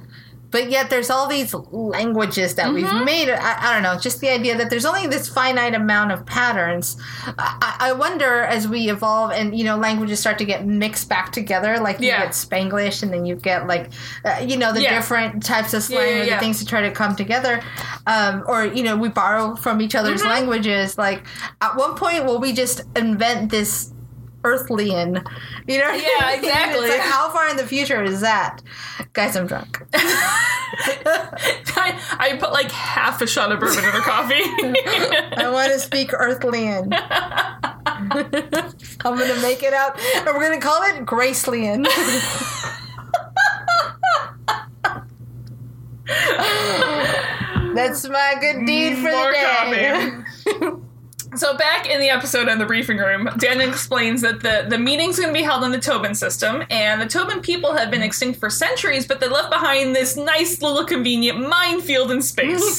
Speaker 3: but yet there's all these languages that
Speaker 2: Mm-hmm.
Speaker 3: we've made. I, I don't know, just the idea that there's only this finite amount of patterns. I, I I wonder as we evolve and you know languages start to get mixed back together, like you
Speaker 2: Yeah.
Speaker 3: get Spanglish and then you get like uh, you know the
Speaker 2: Yeah.
Speaker 3: different types of
Speaker 2: Yeah,
Speaker 3: slang
Speaker 2: yeah,
Speaker 3: or the
Speaker 2: yeah.
Speaker 3: things to try to come together, um, or you know we borrow from each other's
Speaker 2: Mm-hmm.
Speaker 3: languages. Like at one point, will we just invent this? Earthlian, you know. what I
Speaker 2: Yeah,
Speaker 3: mean? <laughs> It's
Speaker 2: exactly.
Speaker 3: like, how far in the future is that, guys? I'm drunk.
Speaker 2: I, I put like half a shot of bourbon in her coffee. <laughs>
Speaker 3: I want to speak Earthlian. I'm gonna make it up, and we're gonna call it Gracelian. That's my good deed for
Speaker 2: More
Speaker 3: the day.
Speaker 2: <laughs> so back in the episode on the briefing room, Dan explains that the, the meeting's going to be held in the Tobin system, and the Tobin people have been extinct for centuries, but they left behind this nice little convenient minefield in
Speaker 3: <laughs>
Speaker 2: space.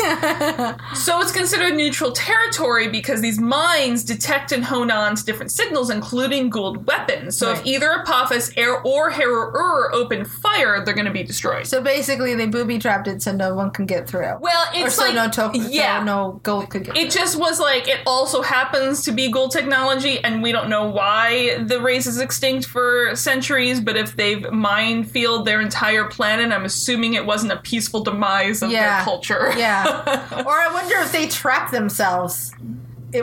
Speaker 2: So it's considered neutral territory because these mines detect and hone on to different signals, including Gould weapons. So if
Speaker 3: Right.
Speaker 2: either Apophis Air or Heror open fire, they're going to be destroyed.
Speaker 3: So basically, they booby trapped it so no one can get through.
Speaker 2: well,
Speaker 3: or
Speaker 2: it's
Speaker 3: so
Speaker 2: like
Speaker 3: no token,
Speaker 2: yeah.
Speaker 3: so no gold could get.
Speaker 2: It just was like it also happens to be gold technology, and we don't know why the race is extinct for centuries. But if they've minefielded their entire planet, I'm assuming it wasn't a peaceful demise of
Speaker 3: Yeah.
Speaker 2: their culture.
Speaker 3: through. yeah. or I wonder if they trap themselves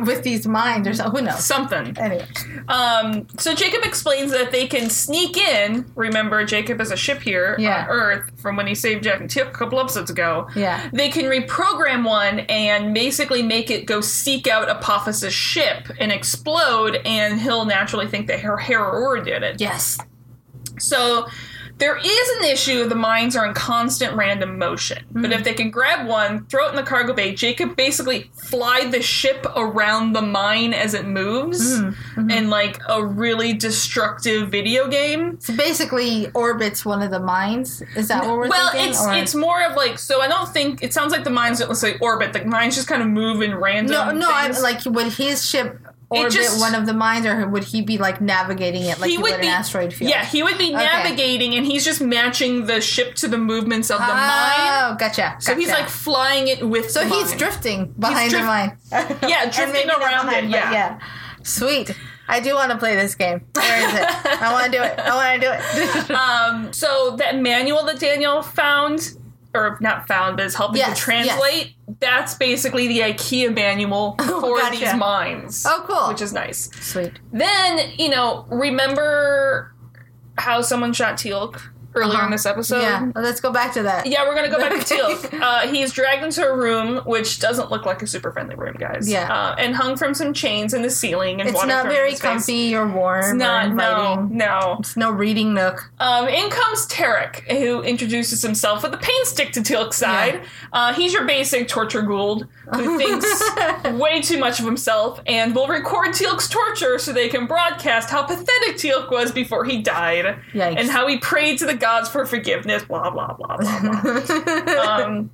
Speaker 3: with these mines or something. Who
Speaker 2: <laughs>
Speaker 3: knows?
Speaker 2: something.
Speaker 3: Anyway.
Speaker 2: Um, so Jacob explains that they can sneak in. Remember, Jacob is a ship here
Speaker 3: Yeah.
Speaker 2: on Earth from when he saved Jack and Tip a couple episodes ago.
Speaker 3: Yeah.
Speaker 2: They can reprogram one and basically make it go seek out Apophis's ship and explode, and he'll naturally think that her Herrera did it.
Speaker 3: Yes.
Speaker 2: So. There is an issue the mines are in constant random motion, but
Speaker 3: Mm-hmm.
Speaker 2: if they can grab one, throw it in the cargo bay, Jacob basically fly the ship around the mine as it moves
Speaker 3: Mm-hmm.
Speaker 2: in like a really destructive video game.
Speaker 3: So basically, orbits one of the mines. Is that what we're
Speaker 2: well,
Speaker 3: thinking?
Speaker 2: it's
Speaker 3: or-
Speaker 2: it's more of like so I don't think it sounds like the mines don't necessarily orbit. The mines just kind of move in random.
Speaker 3: no, no. I,
Speaker 2: things.
Speaker 3: like, would his ship orbit
Speaker 2: just-
Speaker 3: one of the mines, or would he be like navigating it like he, would, an asteroid field?
Speaker 2: Yeah, he would be navigating, and he's just matching the ship to the movements of the mine.
Speaker 3: Oh, gotcha.
Speaker 2: So he's like flying it with.
Speaker 3: So
Speaker 2: the
Speaker 3: he's
Speaker 2: mine.
Speaker 3: drifting behind
Speaker 2: drif-
Speaker 3: the mine.
Speaker 2: <laughs> Yeah,
Speaker 3: <laughs> And
Speaker 2: drifting
Speaker 3: maybe not
Speaker 2: around it,
Speaker 3: but
Speaker 2: yeah.
Speaker 3: Sweet. I do want to play this game. Where is it? I want to do it. I want to do it. <laughs>
Speaker 2: Um, so that manual that Daniel found, or not found, but is helping
Speaker 3: Yes,
Speaker 2: to translate. That's basically the IKEA
Speaker 3: <laughs>
Speaker 2: manual for
Speaker 3: Oh, gotcha.
Speaker 2: these mines.
Speaker 3: Oh, cool.
Speaker 2: Which is nice.
Speaker 3: Sweet.
Speaker 2: Then you know, remember how someone shot Teal'c earlier
Speaker 3: Uh-huh.
Speaker 2: in this episode?
Speaker 3: yeah. Well, let's go back to that.
Speaker 2: Yeah, we're gonna go back
Speaker 3: <laughs>
Speaker 2: to
Speaker 3: Okay.
Speaker 2: Teal'c. Uh, he's dragged into a room which doesn't look like a super friendly room, guys.
Speaker 3: Yeah.
Speaker 2: uh, and hung from some chains in the ceiling. And
Speaker 3: It's
Speaker 2: water
Speaker 3: not
Speaker 2: thrown in
Speaker 3: very
Speaker 2: his face.
Speaker 3: comfy or warm.
Speaker 2: It's
Speaker 3: or
Speaker 2: not. No,
Speaker 3: inviting.
Speaker 2: no.
Speaker 3: It's no reading nook.
Speaker 2: Um, in comes Tarek, who introduces himself with a pain stick to Teal'c's side. Uh, he's your basic torture gould
Speaker 3: <laughs>
Speaker 2: who thinks way too much of himself and will record Teal'c's torture so they can broadcast how pathetic Teal'c was before he died
Speaker 3: Yikes.
Speaker 2: and how he prayed to the gods for forgiveness. Blah blah blah
Speaker 3: <laughs>
Speaker 2: blah blah. <laughs> um,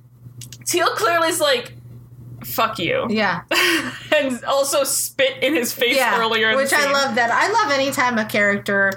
Speaker 2: Teal clearly is like, "Fuck you,"
Speaker 3: yeah.
Speaker 2: <laughs> and also spit in his face
Speaker 3: Yeah.
Speaker 2: earlier. in the
Speaker 3: Which I
Speaker 2: scene.
Speaker 3: love that. I love any time a character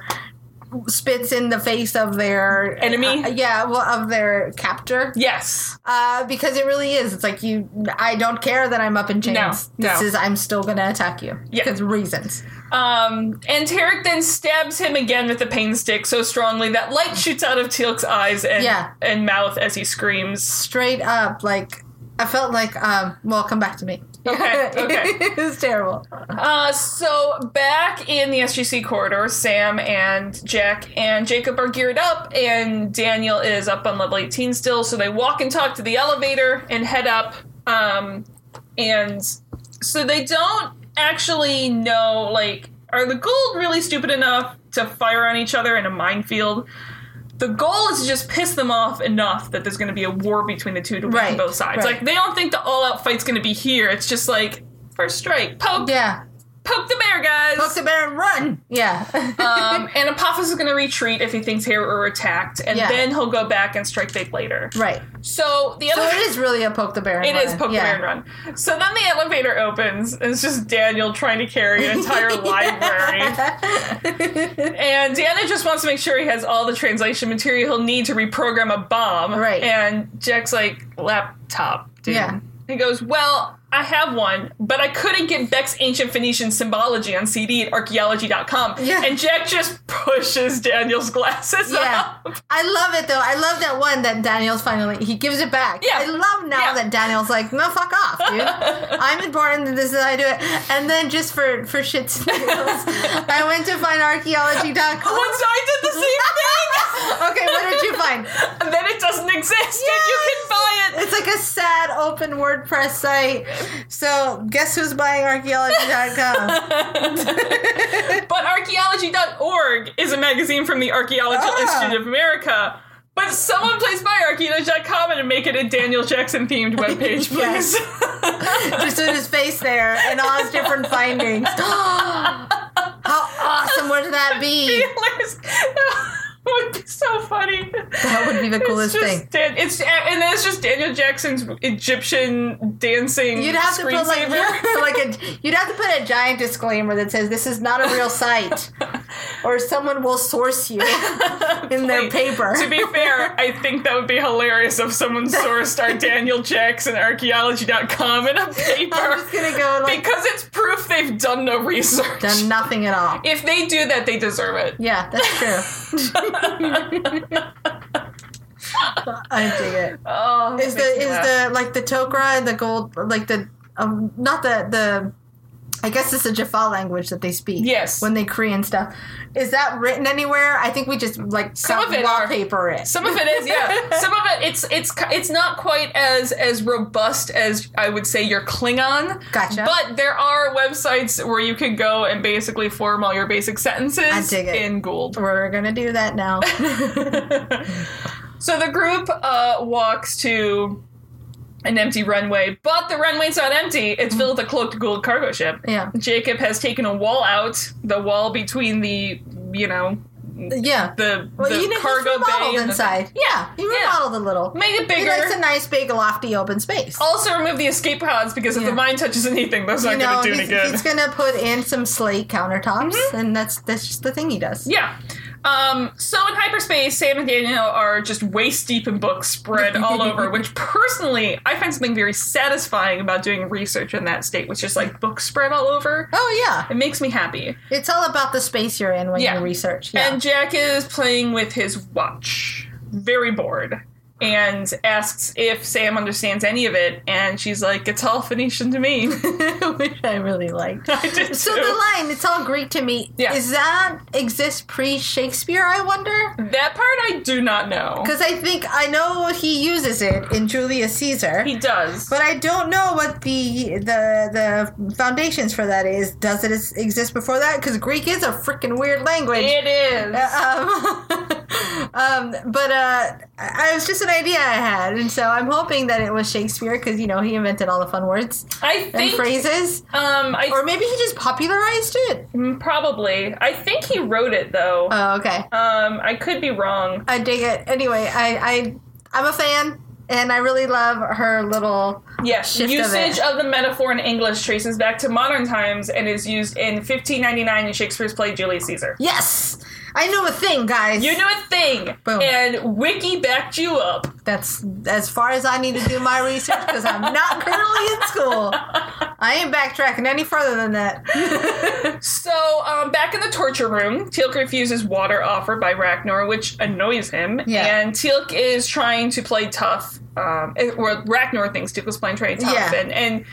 Speaker 3: spits in the face of their
Speaker 2: Enemy?
Speaker 3: uh, yeah, well, of their captor.
Speaker 2: Yes,
Speaker 3: Uh, because it really is. It's like you. I don't care that I'm up in chains.
Speaker 2: No,
Speaker 3: this
Speaker 2: no.
Speaker 3: is. I'm still gonna attack you.
Speaker 2: Yeah.
Speaker 3: Because reasons.
Speaker 2: um, and Tarek then stabs him again with the pain stick so strongly that light shoots out of Teal'c's eyes and
Speaker 3: Yeah.
Speaker 2: and mouth as he screams.
Speaker 3: Straight up, like I felt like. Um. Well, come back to me.
Speaker 2: Okay, okay.
Speaker 3: <laughs> it was terrible.
Speaker 2: Uh, so back in the SGC corridor, Sam and Jack and Jacob are geared up, and Daniel is up on level 18 still. So they walk and talk to the elevator and head up. Um, and so they don't actually know, like, are the gold really stupid enough to fire on each other in a minefield? The goal is to just piss them off enough that there's going to be a war between the two to win
Speaker 3: Right,
Speaker 2: both sides.
Speaker 3: right.
Speaker 2: Like, they don't think the all-out fight's going to be here. It's just like first strike, poke,
Speaker 3: Yeah.
Speaker 2: poke the bear, guys.
Speaker 3: Poke the bear and run. Yeah.
Speaker 2: um, and Apophis is going to retreat if he thinks Hera attacked, and
Speaker 3: Yeah.
Speaker 2: then he'll go back and strike Faith later.
Speaker 3: <laughs> right.
Speaker 2: So the
Speaker 3: So
Speaker 2: other
Speaker 3: it is really a poke the bear. And
Speaker 2: <laughs> it
Speaker 3: run.
Speaker 2: is poke the bear and run. So then the elevator opens, and it's just Daniel trying to carry an
Speaker 3: <laughs>
Speaker 2: entire library. And Deanna just wants to make sure he has all the translation material he'll need to reprogram a bomb.
Speaker 3: Right.
Speaker 2: And Jack's like, laptop, dude.
Speaker 3: <laughs> Yeah.
Speaker 2: He goes, well, I have one, but I couldn't get Beck's Ancient Phoenician Symbology on CD at archaeology.com.
Speaker 3: Yeah.
Speaker 2: And Jack just <laughs> pushes Daniel's glasses
Speaker 3: Yeah,
Speaker 2: up.
Speaker 3: I love it though. I love that one that Daniel's finally he gives it back.
Speaker 2: Yeah.
Speaker 3: I love now
Speaker 2: Yeah.
Speaker 3: that Daniel's like, no, fuck off, dude.
Speaker 2: <laughs>
Speaker 3: I'm important. and This is how I do it. And then just for for shits, and
Speaker 2: <laughs>
Speaker 3: giggles, I went to find
Speaker 2: Once
Speaker 3: archaeology.com.
Speaker 2: I did the same
Speaker 3: <laughs>
Speaker 2: thing,
Speaker 3: okay, what did you find?
Speaker 2: and then it doesn't exist, and you can buy it.
Speaker 3: It's like a sad open WordPress site. So guess who's buying
Speaker 2: <laughs>
Speaker 3: archaeology.com?
Speaker 2: But archaeology.org is a magazine from the Archaeological
Speaker 3: Ah.
Speaker 2: Institute of America. But someone please buy archaeology.com and make it a Daniel Jackson themed webpage, please.
Speaker 3: <laughs> Yes. just with his face there and all his different findings. <gasps> how awesome would that
Speaker 2: <laughs>
Speaker 3: be?
Speaker 2: Dealers. That would be so funny.
Speaker 3: That would be the coolest
Speaker 2: it's just
Speaker 3: thing.
Speaker 2: Dan- it's and then it's just Daniel Jackson's Egyptian dancing.
Speaker 3: You'd have to put like,
Speaker 2: screensaver.
Speaker 3: <laughs> like
Speaker 2: <laughs>
Speaker 3: a you'd have to put a giant disclaimer that says this is not a
Speaker 2: <laughs>
Speaker 3: real site, or someone will source you in their
Speaker 2: Wait,
Speaker 3: paper.
Speaker 2: to be fair, I think that would be hilarious if someone sourced our Daniel Jackson archaeology.com in a paper.
Speaker 3: <laughs> I'm just gonna go like
Speaker 2: because it's proof they've done no research.
Speaker 3: done nothing at
Speaker 2: <laughs>
Speaker 3: all.
Speaker 2: if they do that, they deserve
Speaker 3: <laughs>
Speaker 2: it. <laughs>
Speaker 3: Yeah, that's true. I dig it.
Speaker 2: Oh,
Speaker 3: Is
Speaker 2: that makes
Speaker 3: the
Speaker 2: me
Speaker 3: is
Speaker 2: laugh.
Speaker 3: the like the Tokra and the gold like the um, not the the I guess it's a Jaffa language that they speak.
Speaker 2: Yes.
Speaker 3: When they Korean stuff. Is that written anywhere? I think we just like
Speaker 2: Some
Speaker 3: cut
Speaker 2: of it are.
Speaker 3: wallpaper it.
Speaker 2: Some of it is,
Speaker 3: <laughs>
Speaker 2: yeah. Some of it, it's it's it's not quite as as robust as I would say your Klingon.
Speaker 3: Gotcha.
Speaker 2: But there are websites where you can go and basically form all your basic sentences
Speaker 3: I dig it.
Speaker 2: in Gould.
Speaker 3: We're gonna do that now.
Speaker 2: <laughs> So the group uh, walks to an empty runway, but the runway's not empty. It's filled with a cloaked Gould cargo ship.
Speaker 3: Mm-hmm. Yeah.
Speaker 2: Jacob has taken a wall out, the wall between the you know
Speaker 3: yeah.
Speaker 2: the,
Speaker 3: well,
Speaker 2: the
Speaker 3: you know,
Speaker 2: cargo
Speaker 3: he's remodeled
Speaker 2: bay and the-
Speaker 3: inside. yeah, he
Speaker 2: yeah.
Speaker 3: remodeled a little.
Speaker 2: Make it
Speaker 3: He
Speaker 2: bigger. Oh,
Speaker 3: likes a nice big lofty open space.
Speaker 2: also remove the escape pods because if
Speaker 3: Yeah.
Speaker 2: the mine touches anything, that's
Speaker 3: you
Speaker 2: not
Speaker 3: know,
Speaker 2: going to do any
Speaker 3: he's,
Speaker 2: good.
Speaker 3: he's gonna put in some slate countertops, and that's that's just the thing he does.
Speaker 2: Mm-hmm. yeah. Um, so in hyperspace, Sam and Daniel are just waist deep in books
Speaker 3: <laughs>
Speaker 2: spread all over, which personally I find something very satisfying about doing research in that state, which is like books spread all over.
Speaker 3: Oh yeah,
Speaker 2: It makes me happy.
Speaker 3: it's all about the space you're in when
Speaker 2: Yeah.
Speaker 3: you research. Yeah.
Speaker 2: And Jack is playing with his watch, very bored, and asks if Sam understands any of it, and she's like, "It's all Phoenician to me."
Speaker 3: <laughs>
Speaker 2: <laughs>
Speaker 3: which I really liked.
Speaker 2: I did
Speaker 3: <laughs> So
Speaker 2: too.
Speaker 3: the line, it's all Greek to me.
Speaker 2: Yeah.
Speaker 3: Is that exist pre Shakespeare, I wonder?
Speaker 2: that part I do not know.
Speaker 3: Because I think I know he uses it in Julius Caesar.
Speaker 2: He does.
Speaker 3: but I don't know what the the the foundations for that is. Does it is- exist before that? Because Greek is a freaking weird language. <laughs>
Speaker 2: it is.
Speaker 3: Uh, um, um, but uh, I it was just an idea I had, and so I'm hoping that it was Shakespeare because you know he invented all the fun words
Speaker 2: I
Speaker 3: and
Speaker 2: think
Speaker 3: phrases,
Speaker 2: um I
Speaker 3: or maybe he just popularized it.
Speaker 2: mm, probably I think he wrote it though.
Speaker 3: Oh, okay.
Speaker 2: um I could be wrong.
Speaker 3: I dig it. Anyway, I, I I'm a fan, and I really love her little.
Speaker 2: Yes,
Speaker 3: Shift of
Speaker 2: usage
Speaker 3: it.
Speaker 2: of, the metaphor in English traces back to modern times and is used in 1599 in Shakespeare's play Julius Caesar.
Speaker 3: Yes, I know a thing, guys.
Speaker 2: You knew a thing,
Speaker 3: Boom.
Speaker 2: and Wiki backed you up.
Speaker 3: That's as far as I need to do my research because I'm not currently in school. I ain't backtracking any further than that.
Speaker 2: So, um, back in the torture room, Teal'c refuses water offered by Ragnar, which annoys him.
Speaker 3: Yeah.
Speaker 2: And Teal'c is trying to play tough, um, or Ragnar thinks Teal'c is playing trying tough,
Speaker 3: Yeah.
Speaker 2: and, and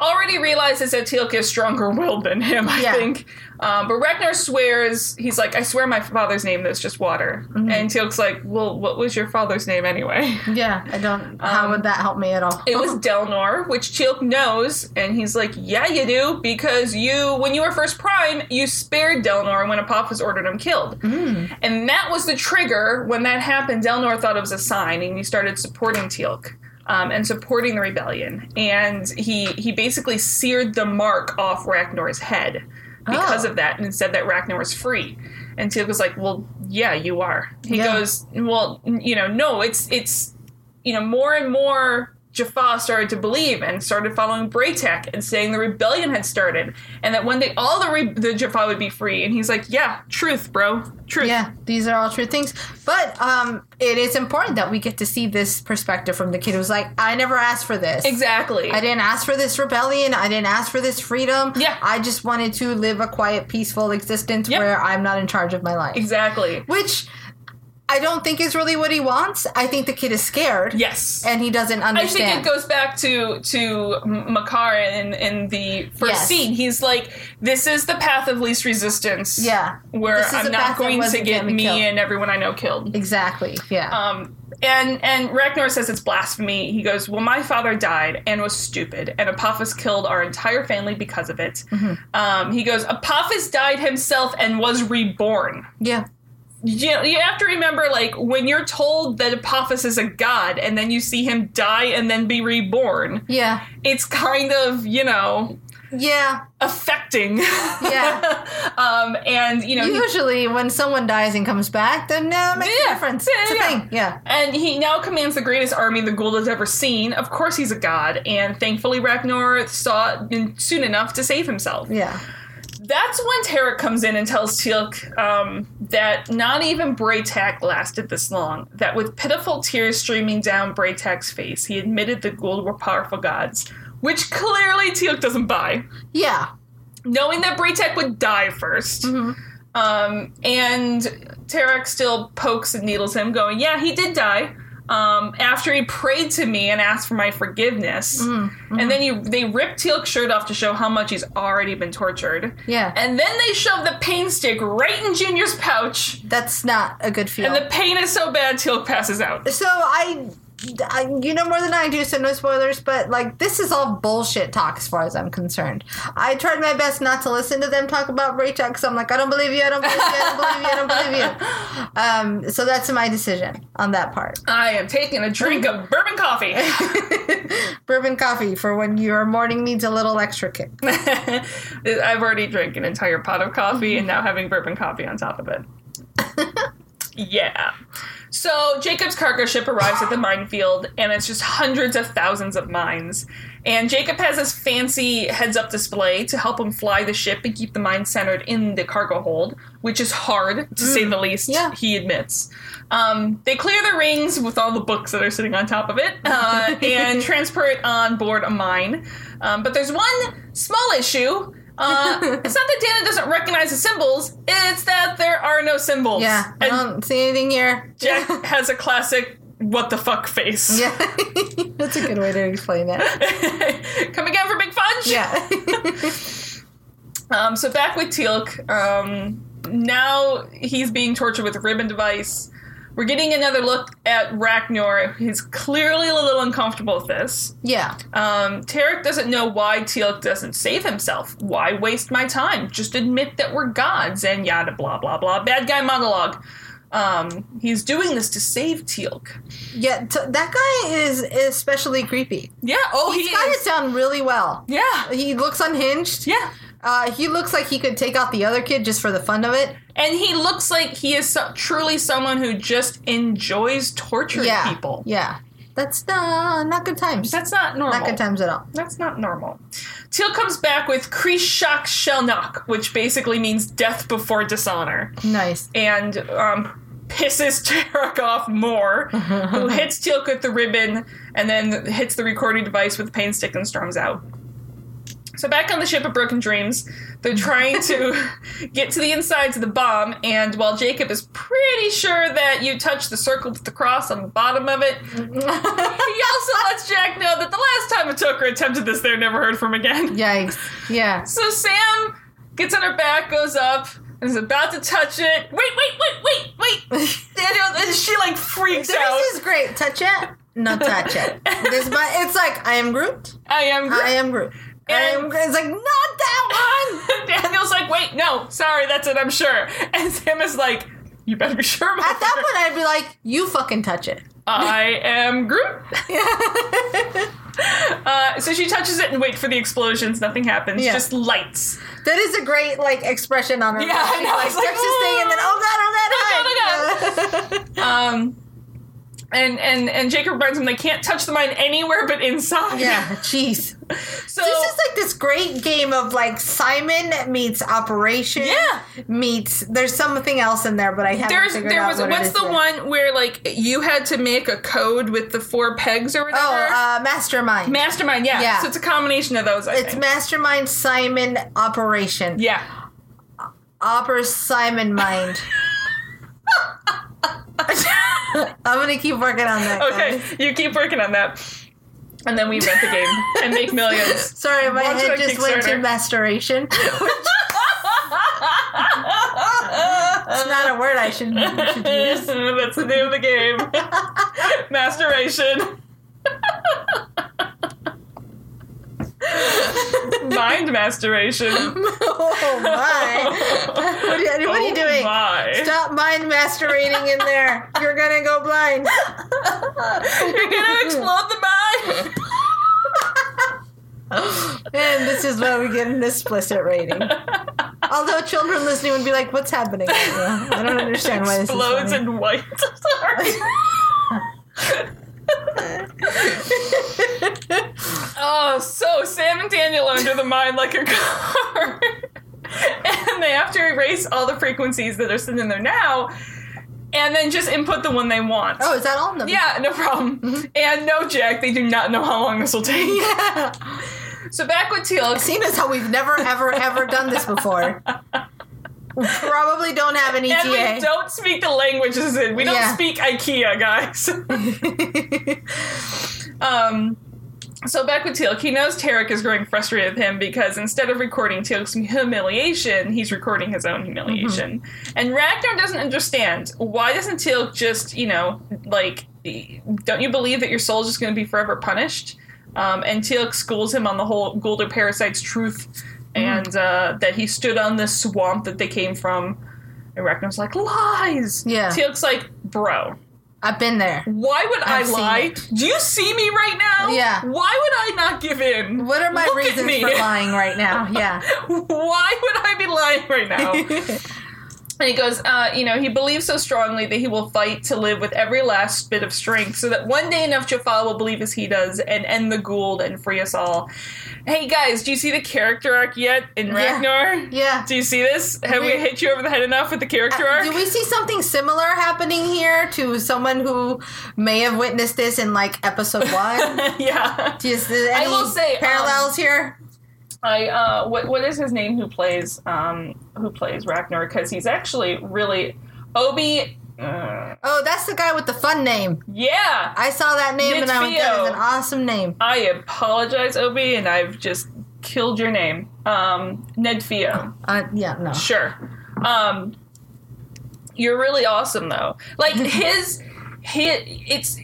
Speaker 2: already realizes that Teal'c is stronger <laughs> willed than him, I
Speaker 3: Yeah.
Speaker 2: think. Um, but Ragnar swears, he's like, I swear my father's name is just water.
Speaker 3: Mm-hmm.
Speaker 2: And Teal'c's like, Well, what was your father's name anyway? <laughs>
Speaker 3: yeah, I don't. How would that help me at all?
Speaker 2: Um, It was Delnor, which Chilk knows, and he's like, "Yeah, you do, because you, when you were first Prime, you spared Delnor when Apophis ordered him killed,
Speaker 3: Hmm.
Speaker 2: and that was the trigger. When that happened, Delnor thought it was a sign, and he started supporting Teal'c um, and supporting the rebellion, and he he basically seared the mark off Ragnar's head because
Speaker 3: Oh.
Speaker 2: of that, and said that Ragnar was free. And Teal'c was like, "Well, yeah, you are." He
Speaker 3: Yeah.
Speaker 2: goes, "Well, n- you know, no, it's it's." you know, more and more Jaffa started to believe and started following Braytek and saying the rebellion had started and that one day all the, re- the Jaffa would be free. And he's like, yeah, truth, bro. Truth.
Speaker 3: <laughs> Yeah, these are all true things. But um, it is important that we get to see this perspective from the kid who's like, I never asked for this.
Speaker 2: Exactly.
Speaker 3: I didn't ask for this rebellion. I didn't ask for this freedom.
Speaker 2: Yeah.
Speaker 3: I just wanted to live a quiet, peaceful existence
Speaker 2: Yep.
Speaker 3: where I'm not in charge of my life.
Speaker 2: Exactly.
Speaker 3: Which I don't think is really what he wants. I think the kid is scared.
Speaker 2: Yes.
Speaker 3: And he doesn't
Speaker 2: I think
Speaker 3: understand.
Speaker 2: it goes back to to Makar in in the first
Speaker 3: Yes.
Speaker 2: scene. He's like, "This is the path of least resistance."
Speaker 3: Yeah.
Speaker 2: where
Speaker 3: This is
Speaker 2: I'm
Speaker 3: the path
Speaker 2: not
Speaker 3: that
Speaker 2: going to
Speaker 3: wasn't
Speaker 2: get
Speaker 3: getting
Speaker 2: me
Speaker 3: killed.
Speaker 2: and everyone I know killed.
Speaker 3: exactly. Yeah.
Speaker 2: Um, and and Ragnar says it's blasphemy. He goes, "Well, my father died and was stupid, and Apophis killed our entire family because of it." Um, he goes, "Apophis died himself and was reborn."
Speaker 3: yeah.
Speaker 2: You, you have to remember, like when you're told that Apophis is a god, and then you see him die and then be reborn,
Speaker 3: Yeah.
Speaker 2: it's kind of you know
Speaker 3: Yeah.
Speaker 2: affecting. <laughs>
Speaker 3: Yeah.
Speaker 2: um, and you know, he-
Speaker 3: Usually, when someone dies and comes back, then uh, it makes
Speaker 2: Yeah.
Speaker 3: a difference.
Speaker 2: Yeah,
Speaker 3: it's a
Speaker 2: yeah.
Speaker 3: thing. Yeah.
Speaker 2: And he now commands the greatest army the Gould has ever seen. Of course, he's a god, and thankfully Ragnar saw it in- soon enough to save himself.
Speaker 3: Yeah.
Speaker 2: That's when Tarek comes in and tells Teal'c um, that not even Braytak lasted this long. That with pitiful tears streaming down Braytak's face, he admitted the Gould were powerful gods, which clearly Teal'c doesn't buy,
Speaker 3: Yeah.
Speaker 2: knowing that Braytak would die 1st Um, and Tarek still pokes and needles him, going, "Yeah, he did die." um, after he prayed to me and asked for my forgiveness. And then you, they ripped Teal'c's shirt off to show how much he's already been tortured.
Speaker 3: Yeah.
Speaker 2: And then they shoved the pain stick right in Junior's pouch,
Speaker 3: That's not a good feel.
Speaker 2: and the pain is so bad Teal'c passes out.
Speaker 3: so I, I, you know more than I do, so no spoilers. But like, this is all bullshit talk as far as I'm concerned. I tried my best not to listen to them talk about Rachel because I'm like, I don't believe you, I don't believe you, I don't believe you, I don't
Speaker 2: <laughs>
Speaker 3: believe you. Um, so that's my decision on that part.
Speaker 2: I am taking a drink of bourbon coffee.
Speaker 3: Bourbon coffee for when your morning needs a little
Speaker 2: <laughs>
Speaker 3: extra kick.
Speaker 2: I've already drank an entire pot of coffee and now having bourbon coffee on top of it. yeah. So Jacob's cargo ship arrives at the minefield and it's just hundreds of thousands of mines. And Jacob has this fancy heads up display to help him fly the ship and keep the mine centered in the cargo hold, which is hard to say the least,
Speaker 3: yeah.
Speaker 2: he admits. Um, they clear the rings with all the books that are sitting on top of it
Speaker 3: <laughs>
Speaker 2: uh, and transfer it on board a mine. Um, but there's one small issue.
Speaker 3: <laughs>
Speaker 2: Uh, it's not that Dana doesn't recognize the symbols, it's that there are no symbols.
Speaker 3: Yeah, I
Speaker 2: And
Speaker 3: don't see anything here.
Speaker 2: Jack has a classic what the fuck face.
Speaker 3: <laughs> Yeah, <laughs> that's a good way to explain
Speaker 2: <laughs>
Speaker 3: it.
Speaker 2: Come again for Big Fudge?
Speaker 3: Yeah. <laughs>
Speaker 2: Um, so back with Teal'c. Um, now he's being tortured with a ribbon device. We're getting another look at Ragnar. He's clearly a little uncomfortable with this.
Speaker 3: yeah.
Speaker 2: Um, Tarek doesn't know why Teal'c doesn't save himself. Why waste my time? Just admit that we're gods and yada blah blah blah. Bad guy monologue. Um, he's doing this to save Teal'c.
Speaker 3: Yeah, t- that guy is especially creepy.
Speaker 2: Yeah. Oh,
Speaker 3: He's
Speaker 2: he
Speaker 3: got
Speaker 2: is.
Speaker 3: it down really well.
Speaker 2: yeah.
Speaker 3: He looks unhinged.
Speaker 2: Yeah.
Speaker 3: Uh, he looks like he could take out the other kid just for the fun of it.
Speaker 2: And he looks like he is so- truly someone who just enjoys torturing
Speaker 3: yeah.
Speaker 2: people.
Speaker 3: Yeah. That's uh, not good times.
Speaker 2: That's not normal.
Speaker 3: not good times at all.
Speaker 2: That's not normal. Teal comes back with Krishak Shelnok, which basically means death before dishonor,
Speaker 3: Nice.
Speaker 2: and um, <laughs> pisses Tarek off more, who hits Teal with the ribbon and then hits the recording device with a pain stick and storms out. So back on the ship of Broken Dreams, they're trying to get to the insides of the bomb, and while Jacob is pretty sure that you touch the circle with the cross on the bottom of it, he also lets Jack know that the last time Atoka attempted this, they're never heard from again.
Speaker 3: Yikes. Yeah. <laughs>
Speaker 2: So Sam gets on her back, goes up, and is about to touch it. Wait, wait, wait, wait, wait! Daniel, and she like freaks out.
Speaker 3: This is great. Touch it. No, touch it. This, but it's like I am Groot.
Speaker 2: I am.
Speaker 3: I am Groot. I am.
Speaker 2: And-
Speaker 3: Groot. It's like not that
Speaker 2: <laughs>
Speaker 3: one.
Speaker 2: Daniel's like, wait, no, sorry, that's it, I'm sure. And Sam is like, you better be sure.
Speaker 3: At that point, I'd be like, you fucking touch it.
Speaker 2: <laughs> I am
Speaker 3: <laughs>
Speaker 2: Groot. uh, so she touches it and wait for the explosions. Nothing happens.
Speaker 3: Yeah.
Speaker 2: Just lights.
Speaker 3: That is a great like expression on her.
Speaker 2: Yeah,
Speaker 3: face.
Speaker 2: I know.
Speaker 3: Like,
Speaker 2: It's like,
Speaker 3: touch this thing and then oh god, oh god,
Speaker 2: <laughs> Oh,
Speaker 3: hi. <laughs>
Speaker 2: Um, and and and Jacob reminds him they can't touch the mine anywhere but inside.
Speaker 3: Yeah, jeez.
Speaker 2: <laughs> So
Speaker 3: This is like this great game of like Simon meets Operation.
Speaker 2: Yeah.
Speaker 3: Meets there's something else in there, but I haven't
Speaker 2: there's
Speaker 3: figured
Speaker 2: there
Speaker 3: out
Speaker 2: was
Speaker 3: what it
Speaker 2: what's
Speaker 3: is
Speaker 2: the
Speaker 3: yet.
Speaker 2: one where like you had to make a code with the four pegs or whatever.
Speaker 3: Oh, uh, Mastermind.
Speaker 2: Mastermind. Yeah.
Speaker 3: yeah.
Speaker 2: So it's a combination of those. I
Speaker 3: it's
Speaker 2: think.
Speaker 3: Mastermind Simon Operation. <laughs>
Speaker 2: yeah.
Speaker 3: Opera
Speaker 2: <laughs>
Speaker 3: Simon Mind. I'm gonna keep working on that.
Speaker 2: Okay.
Speaker 3: guys.
Speaker 2: You keep working on that, and then we rent the
Speaker 3: <laughs>
Speaker 2: game and make millions.
Speaker 3: Sorry, my
Speaker 2: Launch it
Speaker 3: head
Speaker 2: on
Speaker 3: just went to
Speaker 2: Kickstarter. <laughs>
Speaker 3: masturation. it's not a word I should, should
Speaker 2: <laughs>
Speaker 3: use.
Speaker 2: That's the name of the game.
Speaker 3: <laughs>
Speaker 2: Masturbation. Mind masturbation.
Speaker 3: Oh
Speaker 2: <laughs>
Speaker 3: my! What are you, what are you
Speaker 2: Oh
Speaker 3: doing?
Speaker 2: my.
Speaker 3: Stop mind masturbating in there. You're gonna go blind.
Speaker 2: You're gonna explode the mind.
Speaker 3: And this is why we get an explicit <laughs> rating. Although children listening would be like, "What's happening?" right now? I don't understand why this
Speaker 2: Explodes
Speaker 3: is. funny.
Speaker 2: in white. <laughs> Sorry. oh, so Sam and Daniel are under the mine like a car. and they have to erase all the frequencies that are sitting in there now and then just input the one they want.
Speaker 3: Oh, Mm-hmm. is that all? No.
Speaker 2: Yeah, no problem. And no, Jack, they do not know how long this will take.
Speaker 3: <laughs>
Speaker 2: So back with Teal'c.
Speaker 3: Seeing as how we've never, ever, ever done this before, probably don't have an
Speaker 2: And we
Speaker 3: ETA.
Speaker 2: don't speak the languages in. We don't
Speaker 3: Yeah.
Speaker 2: speak IKEA, guys. <laughs>
Speaker 3: E
Speaker 2: um, so back with Teal'c, he knows Tarek is growing frustrated with him because instead of recording Teal'c's humiliation, he's recording his own humiliation. And Ragnar doesn't understand why doesn't Teal'c just, you know, like, don't you believe that your soul's just going to be forever punished? Um, and Teal'c schools him on the whole Golder Parasite's truth and uh, that he stood on this swamp that they came from. And Ragnar's like, lies!
Speaker 3: Yeah.
Speaker 2: Teal'c's like, bro,
Speaker 3: <laughs> I've been there.
Speaker 2: why would i
Speaker 3: I've seen
Speaker 2: lie?
Speaker 3: it.
Speaker 2: Do you see me right now?
Speaker 3: Yeah.
Speaker 2: Why would I not give in?
Speaker 3: What are my
Speaker 2: Look at
Speaker 3: reasons
Speaker 2: me.
Speaker 3: for lying right now? Yeah.
Speaker 2: <laughs> Why would I be lying right now?
Speaker 3: <laughs>
Speaker 2: and he goes, uh, you know, he believes so strongly that he will fight to live with every last bit of strength so that one day enough Jaffa will believe as he does and end the Gould and free us all. Hey guys, do you see the character arc yet in Ragnar?
Speaker 3: Yeah.
Speaker 2: Do you see this? Have we
Speaker 3: We- Uh,
Speaker 2: hit you over the head enough with the character arc?
Speaker 3: Do we see something similar happening here to someone who may have witnessed this in like episode one?
Speaker 2: <laughs> yeah.
Speaker 3: Do you see any
Speaker 2: will say, um,
Speaker 3: parallels here?
Speaker 2: I uh, what what is his name who plays um who plays Ragnar because he's actually really Obi. Uh,
Speaker 3: Oh, that's the guy with the fun name.
Speaker 2: yeah,
Speaker 3: I saw that name and I went, that is
Speaker 2: Nitzvio.
Speaker 3: an awesome name.
Speaker 2: I apologize, Obi, and I've just killed your name. Um, Ned Fio.
Speaker 3: Uh, yeah, no.
Speaker 2: Sure. Um, you're really awesome though. Like his, his it's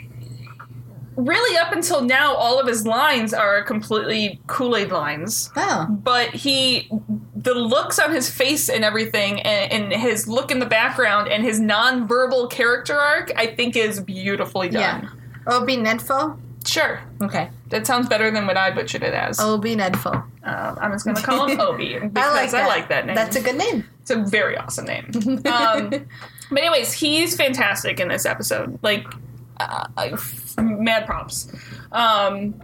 Speaker 2: really up until now all of his lines are completely Kool-Aid lines.
Speaker 3: Oh.
Speaker 2: but he the looks on his face and everything and, and his look in the background and his non-verbal character arc i think is beautifully done
Speaker 3: Yeah. Obi Nedfo?
Speaker 2: sure
Speaker 3: Okay.
Speaker 2: that sounds better than what i butchered it as
Speaker 3: Obi Nedfo.
Speaker 2: um, i'm just going to call
Speaker 3: <laughs>
Speaker 2: him obi because
Speaker 3: Oh. I like that.
Speaker 2: name
Speaker 3: That's a good name.
Speaker 2: it's a very awesome name
Speaker 3: <laughs>
Speaker 2: um, but anyways he's fantastic in this episode like uh, I- mad props um,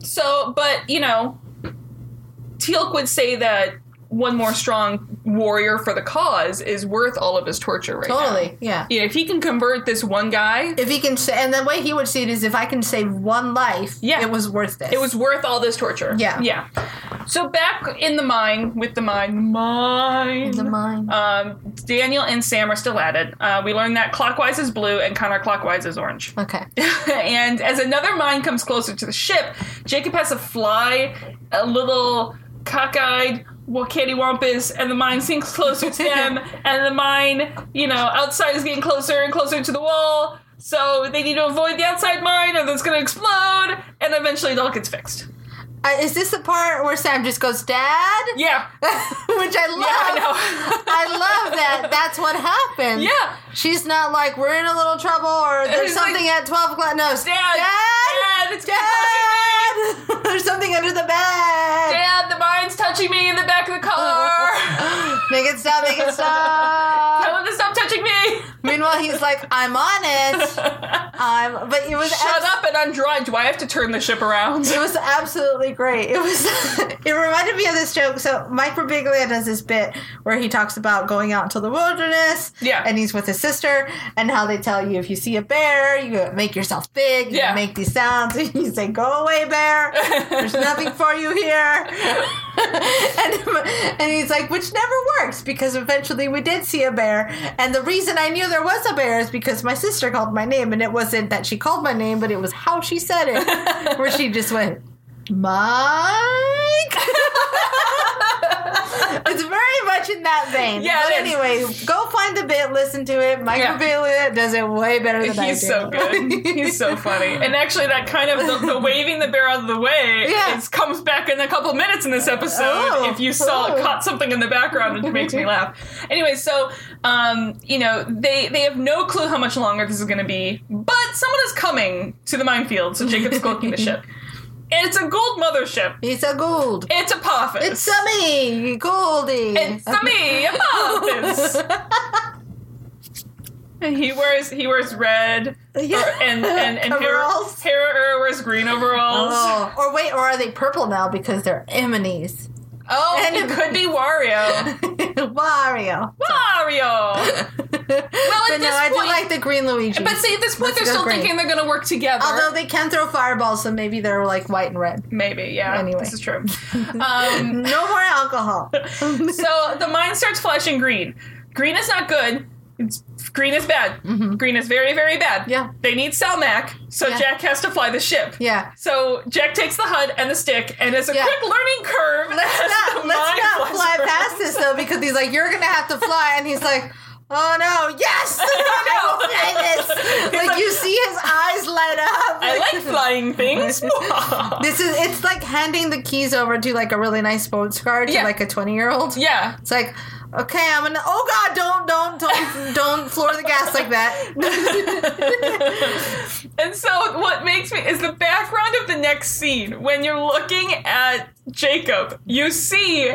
Speaker 2: so but you know Teal'c would say that one more strong warrior for the cause is worth all of his torture right now.
Speaker 3: Totally. Yeah.
Speaker 2: You know, if he can convert this one guy,
Speaker 3: If he can, sa- and the way he would see it is if I can save one life,
Speaker 2: Yeah.
Speaker 3: it was worth this.
Speaker 2: it was worth all this torture.
Speaker 3: Yeah.
Speaker 2: Yeah. So back in the mine with the mine, mine,
Speaker 3: the mine.
Speaker 2: Um, Daniel and Sam are still at it. Uh, we learned that clockwise is blue and counterclockwise is orange. <laughs>
Speaker 3: okay.
Speaker 2: and as another mine comes closer to the ship, Jacob has to fly a little cockeyed wampus, and the mine sinks closer to <laughs> them, and the mine, you know, outside is getting closer and closer to the wall. So they need to avoid the outside mine, or that's going to explode, and eventually it all gets fixed.
Speaker 3: Uh, is this the part where Sam just goes, "Dad"?
Speaker 2: Yeah, <laughs> yeah,
Speaker 3: <laughs> Which I
Speaker 2: <laughs>
Speaker 3: love.
Speaker 2: I know.
Speaker 3: I love that. That's what happened.
Speaker 2: Yeah.
Speaker 3: She's not like we're in a little trouble or there's
Speaker 2: It's like,
Speaker 3: something at twelve o'clock. No, it's,
Speaker 2: Dad,
Speaker 3: Dad,
Speaker 2: Dad, it's
Speaker 3: Dad, <laughs> there's something under the bed.
Speaker 2: Dad, the mine's touching me in the back
Speaker 3: <laughs>
Speaker 2: of the car.
Speaker 3: Make it stop. Make it
Speaker 2: <laughs>
Speaker 3: stop.
Speaker 2: Tell him to stop touching me.
Speaker 3: Meanwhile, he's like, I'm on
Speaker 2: <laughs>
Speaker 3: it. I'm. But it was
Speaker 2: Shut up and undry. Do I have to turn the ship around?
Speaker 3: It was absolutely great. It was. <laughs> it reminded me of this joke. So Mike Birbiglia does this bit where he talks about going out into the wilderness.
Speaker 2: Yeah.
Speaker 3: And he's with his sister, and how they tell you if you see a bear, you make yourself big. You
Speaker 2: Yeah.
Speaker 3: Make these sounds. And you say, "Go away, bear.
Speaker 2: <laughs>
Speaker 3: There's nothing for you here." and, and he's like, which never works because eventually we did see a bear. And the reason I knew there was a bear is because my sister called my name, and it wasn't that she called my name, but it was how she said it, where she just went, Mike. <laughs> it's very much in that vein.
Speaker 2: Yeah,
Speaker 3: But
Speaker 2: it is.
Speaker 3: anyway, go find the bit, listen to it. Mike
Speaker 2: Yeah.
Speaker 3: Birbiglia does it way better than I do.
Speaker 2: <laughs> He's so good. He's
Speaker 3: <laughs>
Speaker 2: so funny. And actually, that kind of the, the waving the bear out of the way
Speaker 3: Yeah.
Speaker 2: is, comes back in a couple minutes in this episode.
Speaker 3: Oh,
Speaker 2: if you saw
Speaker 3: oh.
Speaker 2: caught something in the background, it makes me laugh. Anyway, so um, you know they they have no clue how much longer this is going to be, but someone is coming to the minefield. So Jacob's skulking the
Speaker 3: <laughs>
Speaker 2: ship. And it's a gold mothership.
Speaker 3: He's a gold.
Speaker 2: It's Apophis.
Speaker 3: It's a me, Goldie.
Speaker 2: It's
Speaker 3: <laughs>
Speaker 2: a <laughs> me, Apophis. And he wears he wears red
Speaker 3: Yeah.
Speaker 2: or- and and and Hera,
Speaker 3: Coveralls.
Speaker 2: Hera Ur wears green overalls.
Speaker 3: Oh, or wait, or are they purple now because they're enemies?
Speaker 2: Oh,
Speaker 3: And-
Speaker 2: it could be Wario.
Speaker 3: <laughs> Wario.
Speaker 2: Wario.
Speaker 3: Well,
Speaker 2: at
Speaker 3: no,
Speaker 2: this
Speaker 3: I
Speaker 2: point-
Speaker 3: do like the green Luigi.
Speaker 2: But see, at this point, they're
Speaker 3: Let's go
Speaker 2: still
Speaker 3: green.
Speaker 2: thinking they're going to work together.
Speaker 3: although they can throw fireballs, so maybe they're like white and red.
Speaker 2: Maybe, yeah.
Speaker 3: Anyway.
Speaker 2: This is
Speaker 3: <laughs>
Speaker 2: true. Um,
Speaker 3: No more
Speaker 2: <laughs>
Speaker 3: alcohol. <laughs>
Speaker 2: so the mind starts flashing green. Green is not good. It's, green is bad. Green is very, very bad.
Speaker 3: Mm-hmm. Yeah.
Speaker 2: They need Salmac, so
Speaker 3: Yeah.
Speaker 2: Jack has to fly the ship.
Speaker 3: Yeah.
Speaker 2: So Jack takes the HUD and the stick, and as a
Speaker 3: Yeah.
Speaker 2: quick learning curve, <laughs>
Speaker 3: Let's
Speaker 2: as
Speaker 3: not
Speaker 2: the
Speaker 3: let's
Speaker 2: mind
Speaker 3: not
Speaker 2: flies
Speaker 3: fly
Speaker 2: around-
Speaker 3: past this though because he's like, you're gonna have to fly, and he's like. Oh no! Yes, <laughs> I will fly this. Like, you see his eyes light up.
Speaker 2: I like flying things.
Speaker 3: <laughs> This is it's like handing the keys over to like a really nice sports car to
Speaker 2: Yeah.
Speaker 3: like a twenty year old.
Speaker 2: yeah.
Speaker 3: It's like, okay, I'm gonna. Oh God, don't, don't, don't, don't floor the gas like
Speaker 2: <laughs>
Speaker 3: that.
Speaker 2: And so what makes me is the background of the next scene when you're looking at Jacob, you see